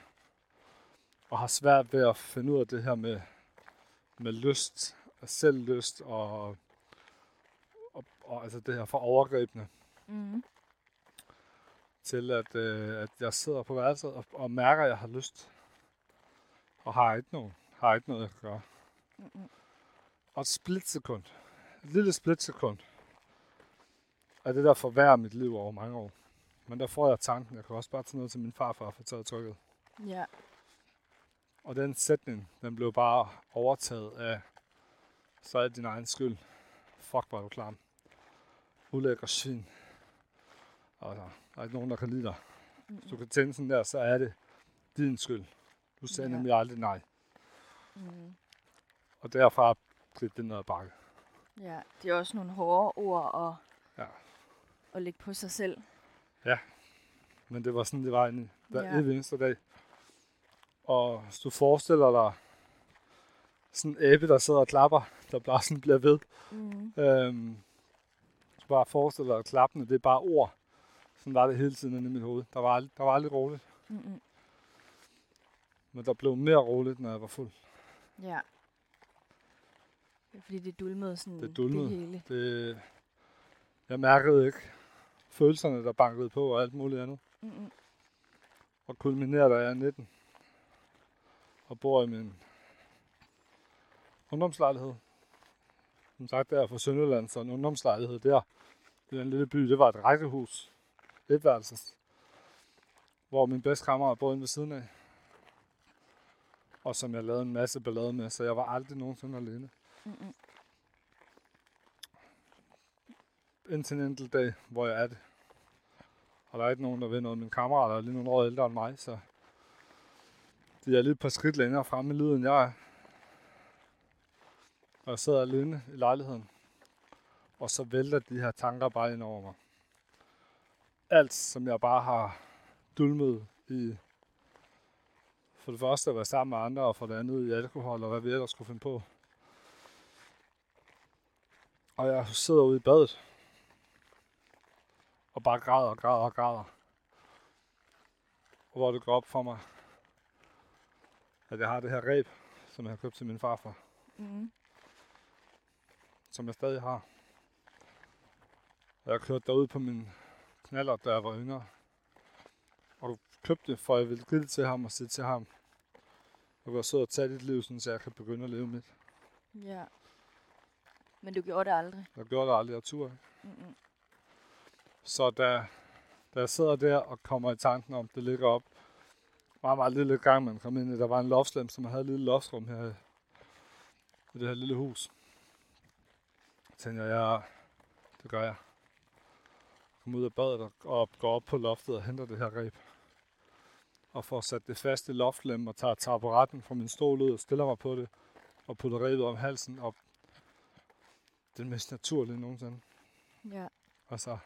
Speaker 4: Og har svært ved at finde ud af det her med, med lyst, og selvlyst og, og, og altså det her for overgrebene
Speaker 2: Mm-hmm.
Speaker 4: til, at, øh, at jeg sidder på værelset og, og mærker, at jeg har lyst. Og har ikke nogen. Har ikke noget, jeg kan gøre.
Speaker 2: Mm-mm.
Speaker 4: Og et splitsekund. Et lille splitsekund. Og det der forværrer mit liv over mange år. Men der får jeg tanken, jeg kan også bare tage noget til min farfar for at få taget trykket.
Speaker 2: Ja,
Speaker 4: Og den sætning, den blev bare overtaget af, så er det din egen skyld. Fuck, var du klam. Ulækker svin. Altså, der er ikke nogen, der kan lide dig. Hvis du kan tænke sådan der, så er det din skyld. Du sagde
Speaker 2: Ja.
Speaker 4: ja. nemlig aldrig nej.
Speaker 2: mm.
Speaker 4: Og derfra gik det ned ad bakke.
Speaker 2: ja. Det er også nogle hårde ord at,
Speaker 4: Ja.
Speaker 2: at lægge på sig selv.
Speaker 4: Men det var sådan, det var en, hver
Speaker 2: Ja.
Speaker 4: ja. eneste dag. Og hvis du forestiller dig sådan en æbe, der sidder og klapper, der bare sådan bliver ved,
Speaker 2: Mm.
Speaker 4: Øhm, så bare forestille dig at klappene, det er bare ord. Sådan var det hele tiden inde i mit hoved. Der var, ald- der var aldrig roligt,
Speaker 2: Mm-mm.
Speaker 4: men der blev mere roligt, når jeg var fuld.
Speaker 2: Ja. Det er fordi, det dulmede sådan
Speaker 4: Det dulmede.
Speaker 2: det hele.
Speaker 4: Det,
Speaker 2: Mm-hmm.
Speaker 4: jeg mærkede ikke følelserne, der bankede på og alt muligt andet.
Speaker 2: Mm-mm.
Speaker 4: og kulminerer, da jeg er 19 og bor i min ungdomslejlighed. Som sagt, der er jeg fra Sønderjylland, så en ungdomslejlighed der i den lille by, det var et rækkehus, etværelses, hvor min bedste kammerat boede inde ved siden af, og som jeg lavede en masse ballade med, så jeg var aldrig nogensinde alene.
Speaker 2: Mm-mm.
Speaker 4: indtil en enkelt dag, hvor jeg er det. Og der er ikke nogen, der ved noget. Mine kammerater er lige nogle år ældre end mig, så de er lige et par skridt længere fremme i livet, end jeg er. Og jeg sidder alene i lejligheden. Og så vælter de her tanker bare ind over mig. Alt, som jeg bare har dulmet i for det første at være sammen med andre, og for det andet i alkohol, og hvad vi ellers skulle finde på. Og jeg sidder ude i badet. Og bare græder og græder og græder. Og hvor det går op for mig, at jeg har det her ræb, som jeg har købt til min farfar,
Speaker 2: Mm.
Speaker 4: som jeg stadig har. Og jeg kørte derud på min knaller, da jeg var yngre. Og du købte det, for jeg ville give det til ham og sige til ham, du kan sidde og tage dit liv, sådan, så jeg kan begynde at leve mit.
Speaker 2: Ja. Men du gjorde det aldrig.
Speaker 4: Jeg gjorde det aldrig, jeg turde ikke.
Speaker 2: Mm-mm.
Speaker 4: Så da, da jeg sidder der og kommer i tanken om, det ligger op, meget, meget lille gang, man kom ind i, der var en loftslem, som havde et lille loftrum her i- i det her lille hus. Så tænkte jeg, ja, det gør jeg. Kom ud af badet og, og går op på loftet og henter det her reb. Og får sat det fast i loftlem og tager taburetten fra min stol ud og stiller mig på det. Og putter rebet om halsen op. Det er den mest naturlige nogensinde.
Speaker 2: Ja.
Speaker 4: Altså,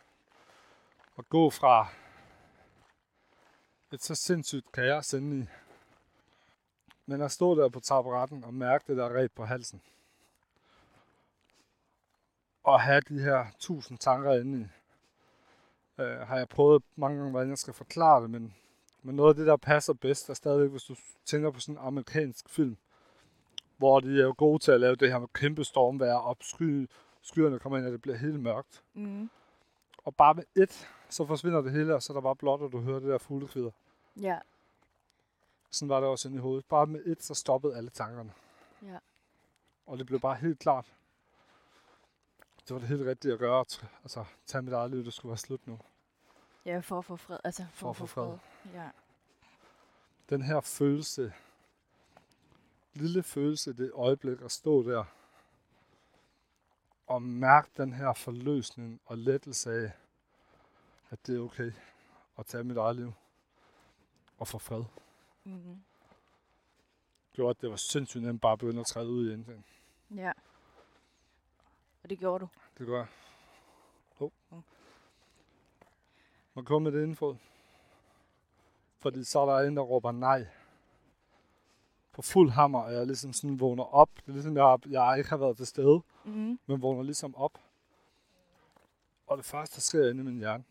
Speaker 4: at gå fra et så sindssygt kaos inde i, men at stå der på taburetten og mærke det der ræb på halsen, og have de her tusind tanker inde i, øh, har jeg prøvet mange gange, hvordan jeg skal forklare det, men, men noget af det, der passer bedst, er stadigvæk, hvis du tænker på sådan en amerikansk film, hvor de er jo gode til at lave det her med kæmpe stormvejr, og sky, skyerne kommer ind, og det bliver helt mørkt.
Speaker 2: Mm.
Speaker 4: Og bare med et, så forsvinder det hele, og så er der bare blot, og du hører det der fuglekvider.
Speaker 2: Ja.
Speaker 4: Sådan var det også inde i hovedet. Bare med et, så stoppede alle tankerne.
Speaker 2: Ja.
Speaker 4: Og det blev bare helt klart. Det var det helt rigtige at gøre. at tr- Altså, tage mit eget liv, det skulle være slut nu.
Speaker 2: Ja, for at få fred. Altså, for,
Speaker 4: For at få fred.
Speaker 2: Ja.
Speaker 4: Den her følelse, lille følelse, det øjeblik at stå der, og mærke den her forløsning og lettelse af, at det er okay at tage mit eget liv og få fred.
Speaker 2: Mm.
Speaker 4: gjorde, at det var sindssygt nemt bare at begynde at træde ud i Indien.
Speaker 2: Ja. Og det gjorde du.
Speaker 4: Det gør jeg. Hov.
Speaker 2: Mm.
Speaker 4: Man kommer med det indenfor. Fordi så er der en, der råber nej. På fuld hammer, og jeg ligesom sådan vågner op. Det er ligesom, jeg, jeg ikke har været til stede,
Speaker 2: Mm.
Speaker 4: men vågner ligesom op. Og det første, der sker inde i min hjerne,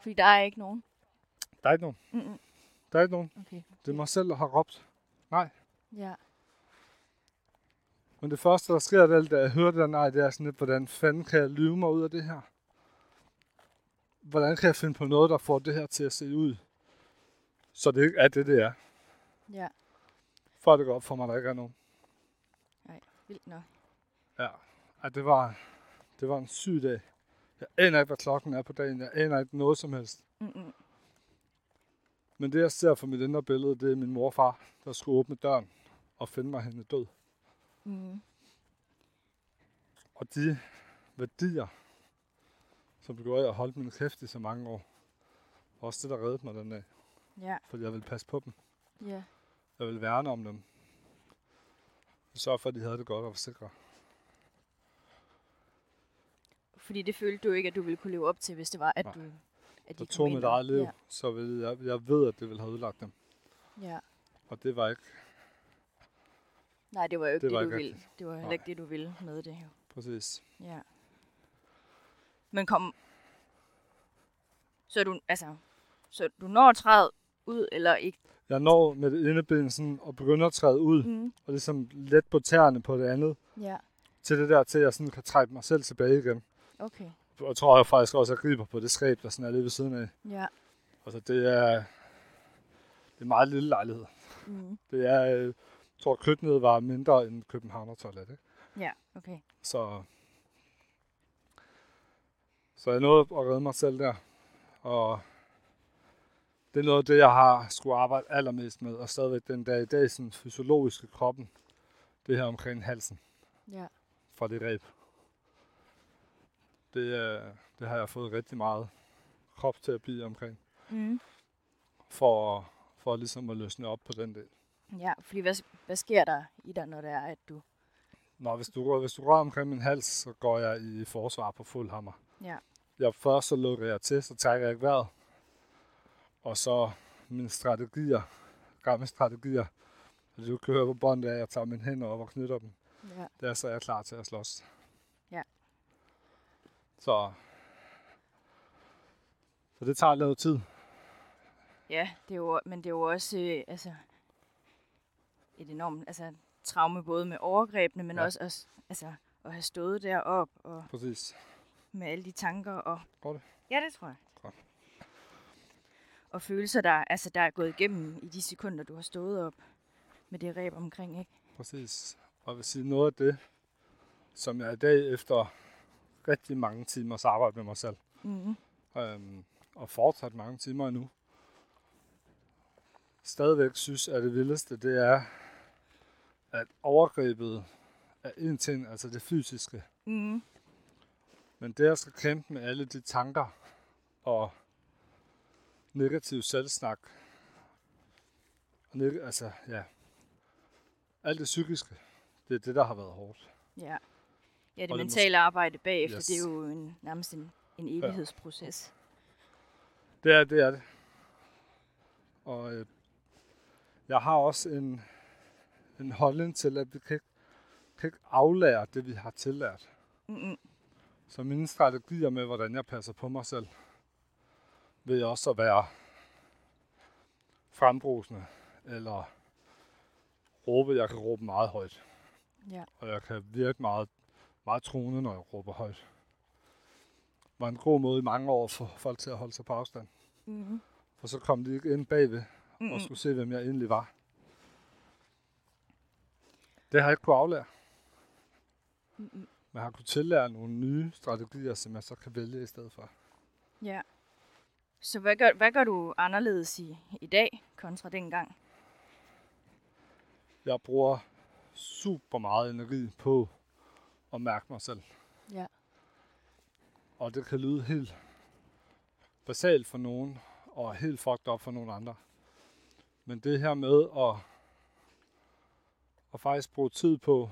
Speaker 2: Fordi der er ikke nogen.
Speaker 4: der er ikke nogen.
Speaker 2: Mm-mm.
Speaker 4: Der er ikke nogen.
Speaker 2: Okay.
Speaker 4: Det er mig selv, der har råbt.
Speaker 2: Ja.
Speaker 4: Men det første, der sker, det, er, da jeg hører det der nej, det er sådan lidt, hvordan fanden kan jeg lyve mig ud af det her? Hvordan kan jeg finde på noget, der får det her til at se ud? Så det ikke er det, det er.
Speaker 2: Ja.
Speaker 4: For det går op for mig, der ikke er nogen.
Speaker 2: Vildt nok.
Speaker 4: Ja. Ej, det var, det var en syg dag. Jeg aner ikke, hvad klokken er på dagen. Jeg aner ikke noget som helst.
Speaker 2: Mm-mm.
Speaker 4: Men det, jeg ser fra mit indre billede, det er min morfar, der skulle åbne døren og finde mig hende død.
Speaker 2: Mm.
Speaker 4: Og de værdier, som gjorde, at jeg holdt min kæft i så mange år, var også det, der reddede mig den dag.
Speaker 2: Ja.
Speaker 4: Fordi jeg ville passe på dem.
Speaker 2: Ja.
Speaker 4: Jeg ville værne om dem. Jeg sørge for, at de havde det godt og var sikre.
Speaker 2: Fordi det følte du ikke, at du ville kunne leve op til, hvis det var, at
Speaker 4: Nej.
Speaker 2: du... At
Speaker 4: Jeg
Speaker 2: kom
Speaker 4: tog
Speaker 2: ind
Speaker 4: mit
Speaker 2: og-
Speaker 4: eget liv,
Speaker 2: Ja.
Speaker 4: så ville jeg, jeg ved, at det ville have ødelagt dem.
Speaker 2: ja.
Speaker 4: Og det var ikke
Speaker 2: Nej, det var jo ikke
Speaker 4: Det
Speaker 2: det,
Speaker 4: var
Speaker 2: det du
Speaker 4: ikke
Speaker 2: ville. Det var heller
Speaker 4: Nej.
Speaker 2: ikke det, du ville med det her.
Speaker 4: præcis.
Speaker 2: Ja. Men kom... Så du, altså, så du når at træde ud, eller ikke?
Speaker 4: Jeg når med det ene ben sådan, og begynder at træde ud,
Speaker 2: Mm.
Speaker 4: og ligesom let på tæerne på det andet,
Speaker 2: Ja,
Speaker 4: til det der, til at jeg sådan kan trække mig selv tilbage igen.
Speaker 2: okay.
Speaker 4: Og jeg tror jeg faktisk også, at jeg griber på det skab, der sådan er lige ved siden af.
Speaker 2: Ja,
Speaker 4: Altså, det er, det er en meget lille lejlighed.
Speaker 2: Mm.
Speaker 4: Det er, øh, jeg tror, køkkenet var mindre end Københavner toilet, ikke?
Speaker 2: Ja, okay.
Speaker 4: Så, så jeg nåede at redde mig selv der. Og det er noget af det, jeg har skulle arbejde allermest med, og stadigvæk den dag i dag, sådan fysiologiske kroppen, det her omkring halsen
Speaker 2: Ja.
Speaker 4: fra det ræb. Det, øh, det har jeg fået rigtig meget kropsterapi omkring,
Speaker 2: Mm.
Speaker 4: for, for ligesom at løsne op på den del.
Speaker 2: Ja, fordi hvad, hvad sker der i dig, når det er, at du...
Speaker 4: Nå, hvis du, hvis du rører omkring min hals, så går jeg i forsvar på fuld hammer.
Speaker 2: Ja.
Speaker 4: Jeg først så lukker jeg til, så trækker jeg ikke vejret. Og så mine strategier, gamle strategier, og det du kan høre på båndet, er, at jeg tager mine hænder op og knytter dem.
Speaker 2: Ja.
Speaker 4: Der så er jeg klar til at slås.
Speaker 2: Ja.
Speaker 4: Så, så det tager lidt tid.
Speaker 2: Ja, det er jo, men det er jo også øh, altså, et enormt altså, traume, både med overgrebene, men
Speaker 4: Ja.
Speaker 2: ja. også, også altså, at have stået derop og
Speaker 4: Præcis.
Speaker 2: med alle de tanker. Og...
Speaker 4: Tror du?
Speaker 2: Ja, det tror jeg.
Speaker 4: Godt.
Speaker 2: Og følelser, der, altså, der er gået igennem i de sekunder, du har stået op med det ræb omkring, ikke?
Speaker 4: Præcis. Og jeg vil sige noget af det, som jeg i dag efter rigtig mange timers arbejde med mig selv,
Speaker 2: Mm-hmm.
Speaker 4: øhm, og fortsat mange timer endnu, stadigvæk synes, at det vildeste, det er, at overgrebet er en ting, altså det fysiske.
Speaker 2: Mm-hmm.
Speaker 4: Men det, jeg skal kæmpe med alle de tanker og negativ selvsnak, og neg- altså, ja, alt det psykiske, det er det, der har været hårdt.
Speaker 2: Ja. ja, det
Speaker 4: Og det
Speaker 2: mentale arbejde bagefter,
Speaker 4: Yes.
Speaker 2: yes. det er jo en, nærmest en, en evighedsproces.
Speaker 4: Det er det. Er det. Og øh, jeg har også en, en holdning til, at vi kan ikke, kan ikke aflære det, vi har tillært.
Speaker 2: Mm-hmm.
Speaker 4: Så mine strategier med, hvordan jeg passer på mig selv, vil også at være frembrusende, eller råbe, jeg kan råbe meget højt.
Speaker 2: Ja.
Speaker 4: Og jeg kan virke meget, meget truende, når jeg råber højt. var en god måde i mange år for folk til at holde sig på afstand.
Speaker 2: Mm-hmm.
Speaker 4: For så kom de ikke ind bagved mm. og
Speaker 2: Mm-hmm.
Speaker 4: skulle se, hvem jeg egentlig var. Det har jeg ikke kunnet aflære.
Speaker 2: Mm-mm.
Speaker 4: Men jeg har kunnet tillære nogle nye strategier, som jeg så kan vælge i stedet for.
Speaker 2: Ja. Så hvad gør, hvad gør du anderledes i, i dag kontra dengang?
Speaker 4: Jeg bruger super meget energi på at mærke mig selv.
Speaker 2: Ja.
Speaker 4: Og det kan lyde helt basalt for nogen, og helt fucked up for nogle andre. Men det her med at, at faktisk bruge tid på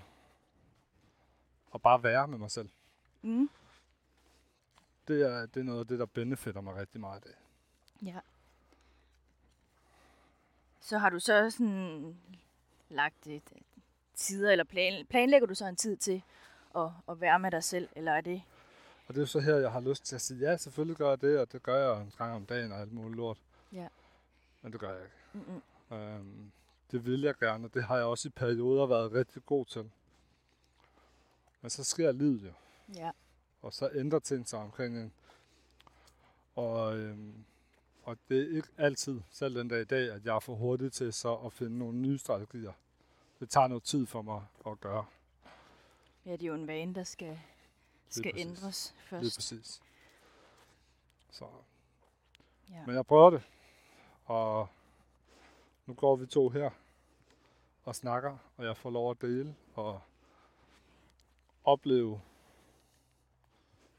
Speaker 4: at bare være med mig selv,
Speaker 2: Mm.
Speaker 4: det er, det er noget af det, der benefitter mig rigtig meget af.
Speaker 2: Så har du så sådan lagt et, tider, eller plan, planlægger du så en tid til at, at være med dig selv, eller er det...
Speaker 4: Og det er så her, jeg har lyst til at sige, ja, selvfølgelig gør jeg det, og det gør jeg en gang om dagen og alt muligt lort.
Speaker 2: Ja.
Speaker 4: Men det gør jeg ikke.
Speaker 2: Mm-mm.
Speaker 4: Øhm, det vil jeg gerne, og det har jeg også i perioder været rigtig god til. Men så sker livet jo,
Speaker 2: Ja.
Speaker 4: og så ændrer ting sig omkring en. Og, øhm, og det er ikke altid, selv den dag i dag, at jeg er for hurtig til så at finde nogle nye strategier. Det tager noget tid for mig at gøre.
Speaker 2: ja, det er jo en vane, der skal, skal
Speaker 4: præcis.
Speaker 2: ændres
Speaker 4: Lige
Speaker 2: først.
Speaker 4: præcis. Så.
Speaker 2: Ja.
Speaker 4: Men jeg prøver det. Og nu går vi to her og snakker, og jeg får lov at dele og opleve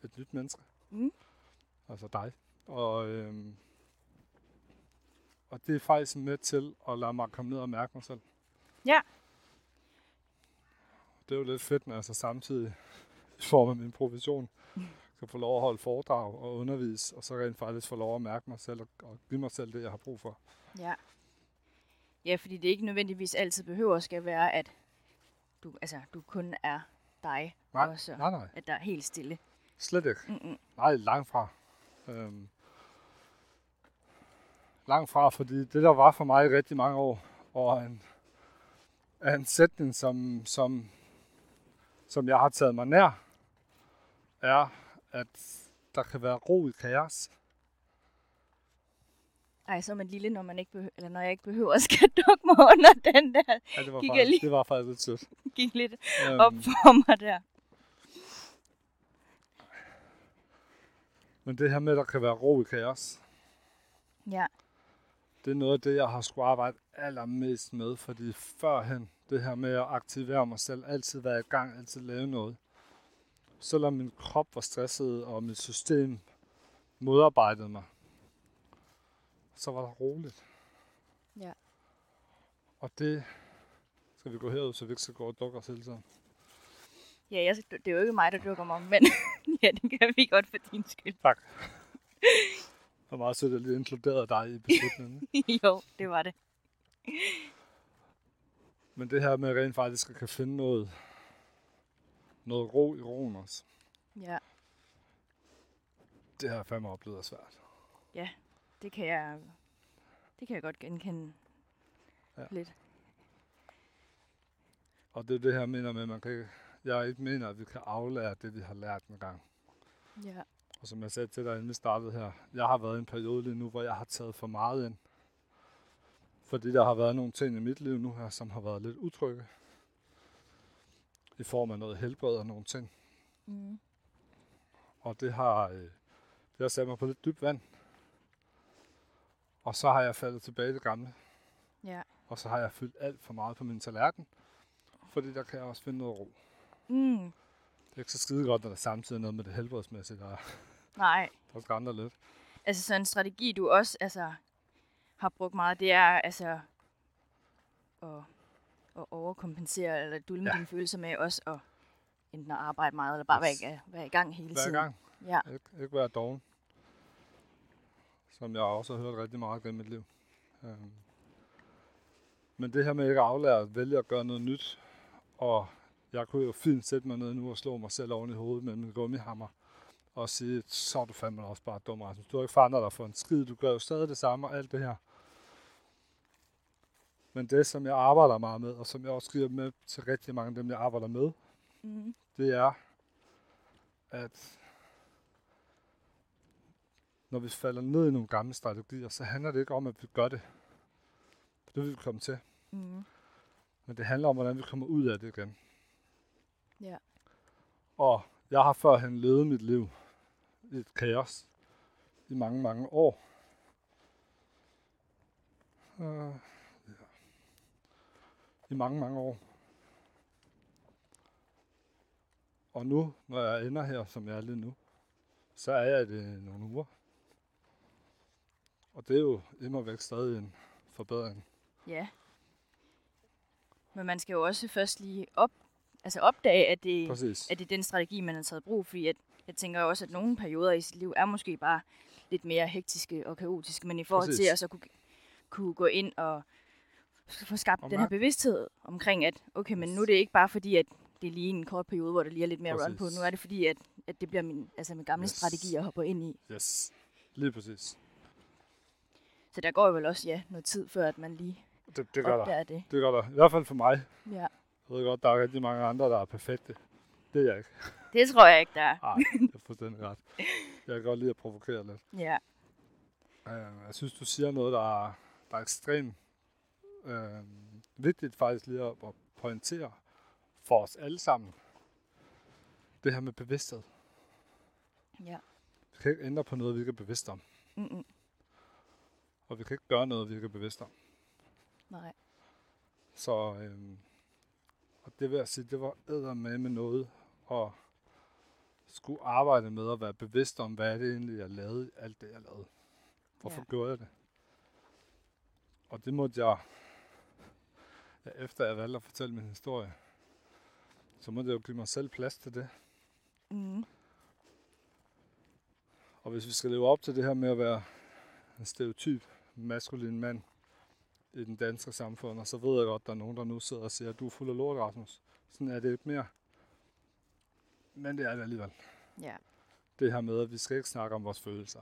Speaker 4: et nyt menneske.
Speaker 2: Mm.
Speaker 4: Altså dig. Og, øhm, og det er faktisk med til at lade mig komme ned og mærke mig selv.
Speaker 2: Ja.
Speaker 4: Det er jo lidt fedt, når jeg så samtidig i form af min provision kan få lov at holde foredrag og undervise, og så rent faktisk få lov at mærke mig selv og, og give mig selv det, jeg har brug for.
Speaker 2: Ja. Ja, fordi det ikke nødvendigvis altid behøver skal være, at du, altså, du kun er dig,
Speaker 4: Nej,
Speaker 2: Og så-
Speaker 4: nej, nej.
Speaker 2: at der er helt stille.
Speaker 4: Slet ikke.
Speaker 2: Mm-mm.
Speaker 4: Nej, langt fra. Øhm, langt fra, fordi det der var for mig i rigtig mange år, og en, er en sætning, som, som, som jeg har taget mig nær, er, at der kan være ro i kaos.
Speaker 2: Ej, så er man lille, når, man ikke behøver, eller når jeg ikke behøver at skal dukke mig under den der.
Speaker 4: Ja, det var,
Speaker 2: Gik jeg
Speaker 4: faktisk,
Speaker 2: lige-
Speaker 4: det var faktisk lidt sødt.
Speaker 2: Gik lidt
Speaker 4: Øhm,
Speaker 2: op for mig der.
Speaker 4: Men det her med, at der kan være ro i kaos,
Speaker 2: Ja,
Speaker 4: det er noget af det, jeg har skulle arbejde allermest med, fordi førhen, det her med at aktivere mig selv, altid være i gang, altid lave noget. Selvom min krop var stresset, og mit system modarbejdede mig, så var det roligt.
Speaker 2: Ja.
Speaker 4: Og det skal vi gå herud, så vi ikke skal gå og dukke os hele tiden.
Speaker 2: ja jeg, det er jo ikke mig, der dukker mig, men ja, det kan vi godt for din skyld.
Speaker 4: Tak. Det var meget sødt, at jeg lige inkluderede dig i beslutningen.
Speaker 2: jo, det var det.
Speaker 4: Men det her med rent faktisk at kan finde noget, noget ro i roen også,
Speaker 2: Ja,
Speaker 4: det har jeg fandme oplevet er svært.
Speaker 2: det kan jeg, det kan jeg godt genkende.
Speaker 4: Ja.
Speaker 2: Ja. Lidt.
Speaker 4: Og det er det her, jeg mener med, at man kan, ikke- jeg ikke mener, at vi kan aflære det, vi har lært en gang.
Speaker 2: Ja.
Speaker 4: Og som jeg sagde til dig, inden vi startede her, jeg har været i en periode lige nu, hvor jeg har taget for meget ind. Fordi der har været nogle ting i mit liv nu her, som har været lidt utrygge. I form af noget helbred og nogle ting.
Speaker 2: Mm.
Speaker 4: Og det har, øh, det har sat mig på lidt dybt vand. Og så har jeg faldet tilbage i det gamle.
Speaker 2: Ja.
Speaker 4: Og så har jeg fyldt alt for meget på min tallerken. Fordi der kan jeg også finde noget ro.
Speaker 2: Mm.
Speaker 4: Det er ikke så skide godt, når der samtidig er noget med det helbredsmæssige, der,
Speaker 2: Nej,
Speaker 4: der skrænder lidt.
Speaker 2: altså sådan en strategi, du også altså, har brugt meget, det er altså at, at overkompensere eller dulme
Speaker 4: Ja.
Speaker 2: ja. dine følelser med også at enten at arbejde meget, eller bare
Speaker 4: Yes.
Speaker 2: være, i- øh, være i gang hele
Speaker 4: Hver
Speaker 2: tiden.
Speaker 4: gang.
Speaker 2: Ja.
Speaker 4: Ikke, ikke være doven. Som jeg også har hørt rigtig meget gennem mit liv. Øhm. Men det her med ikke at aflære at vælge at gøre noget nyt, og jeg kunne jo fint sætte mig ned nu og slå mig selv oven i hovedet med min gummihammer, og sige, så er du fandme da også bare dum, Rasmus. Du har ikke forandret dig for en skid, du gør jo stadig det samme og alt det her. Men det, som jeg arbejder meget med, og som jeg også skriver med til rigtig mange af dem, jeg arbejder med,
Speaker 2: Mm.
Speaker 4: det er, at når vi falder ned i nogle gamle strategier, så handler det ikke om, at vi gør det. For det vil vi komme til.
Speaker 2: Mm.
Speaker 4: Men det handler om, hvordan vi kommer ud af det igen.
Speaker 2: Ja.
Speaker 4: Og jeg har førhen levet mit liv i et kaos i mange, mange år. Uh, ja. I mange, mange år. Og nu, når jeg ender her, som jeg er lige nu, så er jeg det nogle uger. Og det er jo immer væk stadig en forbedring.
Speaker 2: Ja. Men man skal jo også først lige op, altså opdage, at det,
Speaker 4: Præcis.
Speaker 2: at det er den strategi, man har taget i brug, fordi at, jeg tænker jo også, at nogle perioder i sit liv er måske bare lidt mere hektiske og kaotiske, men i forhold
Speaker 4: Præcis.
Speaker 2: til at så kunne, kunne gå ind og få skabt
Speaker 4: Og
Speaker 2: den her
Speaker 4: mærke.
Speaker 2: bevidsthed omkring, at okay, men
Speaker 4: Yes.
Speaker 2: nu er det ikke bare fordi, at det er lige en kort periode, hvor der lige er lidt mere run på.
Speaker 4: Præcis.
Speaker 2: Nu er det fordi, at, at det bliver min, altså min gamle
Speaker 4: Yes.
Speaker 2: yes. strategi, jeg hopper ind i.
Speaker 4: Yes. Lige præcis.
Speaker 2: Så der går jo vel også ja, noget tid, før at man lige
Speaker 4: Det, det gør der.
Speaker 2: opdager det.
Speaker 4: Det gør der. I hvert fald for mig.
Speaker 2: Ja.
Speaker 4: Jeg ved godt, der er rigtig mange andre, der er perfekte. Det er jeg ikke.
Speaker 2: Det tror jeg ikke, der er.
Speaker 4: Nej, jeg får den ret. Jeg kan godt lide at provokere lidt.
Speaker 2: Ja.
Speaker 4: Øh, Jeg synes, du siger noget, der er, der er ekstremt øh, vigtigt faktisk lige at, at pointere for os alle sammen. Det her med bevidsthed.
Speaker 2: Ja.
Speaker 4: Vi kan ikke ændre på noget, vi ikke er bevidste om.
Speaker 2: Mm-mm.
Speaker 4: Og vi kan ikke gøre noget, vi ikke er bevidste om.
Speaker 2: Nej.
Speaker 4: Så øhm, og det vil jeg sige, det var med med noget at skulle arbejde med at være bevidst om, hvad er det egentlig, jeg lavede, alt det, jeg lavede. Hvorfor
Speaker 2: Ja.
Speaker 4: gjorde jeg det? Og det måtte jeg, ja, efter jeg valgte at fortælle min historie, så måtte jeg jo give mig selv plads til det.
Speaker 2: Mm.
Speaker 4: Og hvis vi skal leve op til det her med at være en stereotyp maskulin mand i den danske samfund, og så ved jeg godt, at der er nogen, der nu sidder og siger, at du er fuld af lort, Rasmus. Sådan er det ikke mere. Men det er det alligevel.
Speaker 2: Ja.
Speaker 4: Det her med, at vi skal ikke snakke om vores følelser.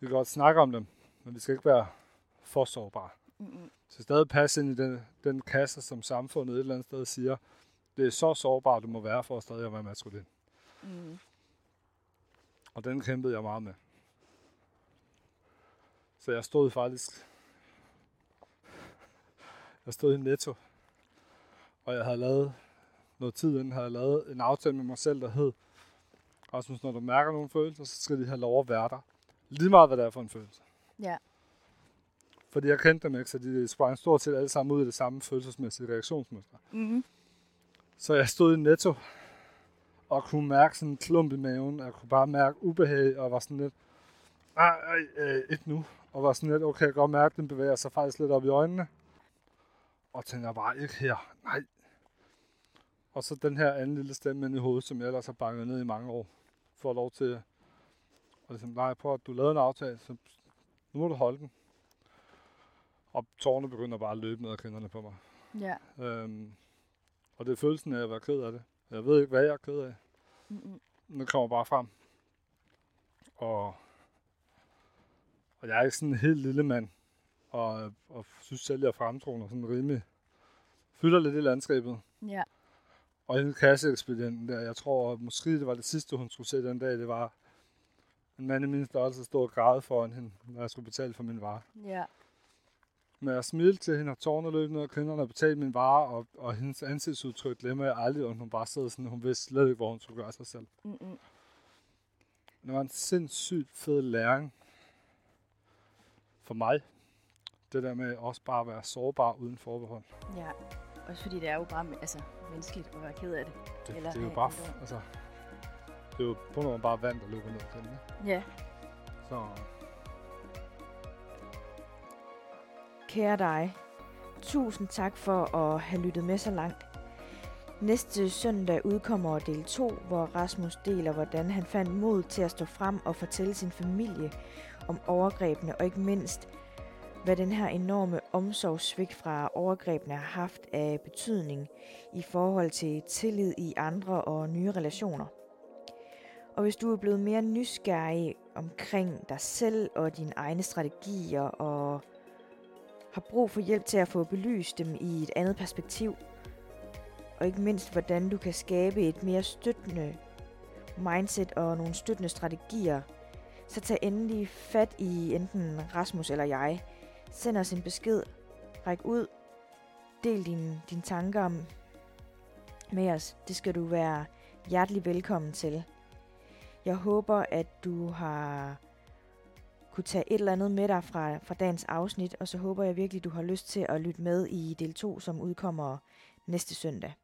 Speaker 4: Vi kan godt snakke om dem, men vi skal ikke være for sårbare.
Speaker 2: Mm-mm.
Speaker 4: Så stadig passe ind i den, den kasse, som samfundet et eller andet sted siger, det er så sårbart, du må være for at stadig at være maskulin.
Speaker 2: Mm.
Speaker 4: Og den kæmpede jeg meget med. Så jeg stod faktisk... Jeg stod i Netto, og jeg havde lavet... Noget tid inden havde jeg lavet en aftale med mig selv, der hed... Rasmus, når du mærker nogle følelser, så skal de have lov at være der. Lige meget, hvad det er for en følelse.
Speaker 5: Ja.
Speaker 4: Fordi jeg kendte dem ikke, så de sprang stort set alle sammen ud i det samme følelsesmæssige reaktionsmønster.
Speaker 5: Mm-hmm.
Speaker 4: Så jeg stod i Netto og kunne mærke sådan en klump i maven. og Jeg kunne bare mærke ubehag og var sådan lidt, nej, øh, ikke nu. Og var sådan lidt, okay, jeg kan godt mærke, at den bevæger sig faktisk lidt op i øjnene. Og tænkte jeg bare, ikke her, nej. Og så den her anden lille stemme inde i hovedet, som jeg ellers har banket ned i mange år, får lov til at og ligesom, nej, prøv at du lavede en aftale, så nu må du holde den. Og tårerne begynder bare at løbe ned ad kinderne på mig.
Speaker 5: Ja.
Speaker 4: Øhm, og det er følelsen af at være ked af det. Jeg ved ikke, hvad jeg er ked af.
Speaker 5: Mm-hmm.
Speaker 4: Den kommer bare frem. Og, og jeg er ikke sådan en helt lille mand. Og, og synes selv, jeg er fremtroende og sådan rimelig. Fylder lidt i landskabet.
Speaker 5: Ja.
Speaker 4: Og hende kasseekspedienten der, jeg tror måske det var det sidste, hun skulle se den dag, det var en mand i min størrelse stod og græd foran hende, når jeg skulle betale for min vare.
Speaker 5: Ja.
Speaker 4: Men jeg smilte til hende, og tårne løb ned, og kvinderne betalte min vare, og, og hendes ansigtsudtryk glemmer jeg aldrig, og hun bare sad sådan, hun vidste slet ikke, hvor hun skulle gøre sig selv.
Speaker 5: Mm-hmm.
Speaker 4: Det var en sindssygt fed læring for mig. Det der med også bare at være sårbar uden forbehold.
Speaker 5: Ja. Også fordi det er jo bare altså, menneskeligt at være ked af det.
Speaker 4: Det,
Speaker 5: Eller
Speaker 4: det er jo
Speaker 5: have
Speaker 4: bare,
Speaker 5: en
Speaker 4: f- altså, det er jo på noget bare vand, der løber ned til den,
Speaker 5: Ja.
Speaker 4: Så
Speaker 2: Kære dig, tusind tak for at have lyttet med så langt. Næste søndag udkommer del 2, hvor Rasmus deler, hvordan han fandt mod til at stå frem og fortælle sin familie om overgrebene, og ikke mindst, hvad den her enorme omsorgssvigt fra overgrebene har haft af betydning i forhold til tillid i andre og nye relationer. Og hvis du er blevet mere nysgerrig omkring dig selv og dine egne strategier og har brug for hjælp til at få belyst dem i et andet perspektiv, og ikke mindst hvordan du kan skabe et mere støttende mindset og nogle støttende strategier, så tag endelig fat i enten Rasmus eller jeg. Send os en besked, ræk ud, del dine din tanker om med os. Det skal du være hjertelig velkommen til. Jeg håber, at du har kunne tage et eller andet med dig fra, fra dagens afsnit, og så håber jeg virkelig, du har lyst til at lytte med i del 2, som udkommer næste søndag.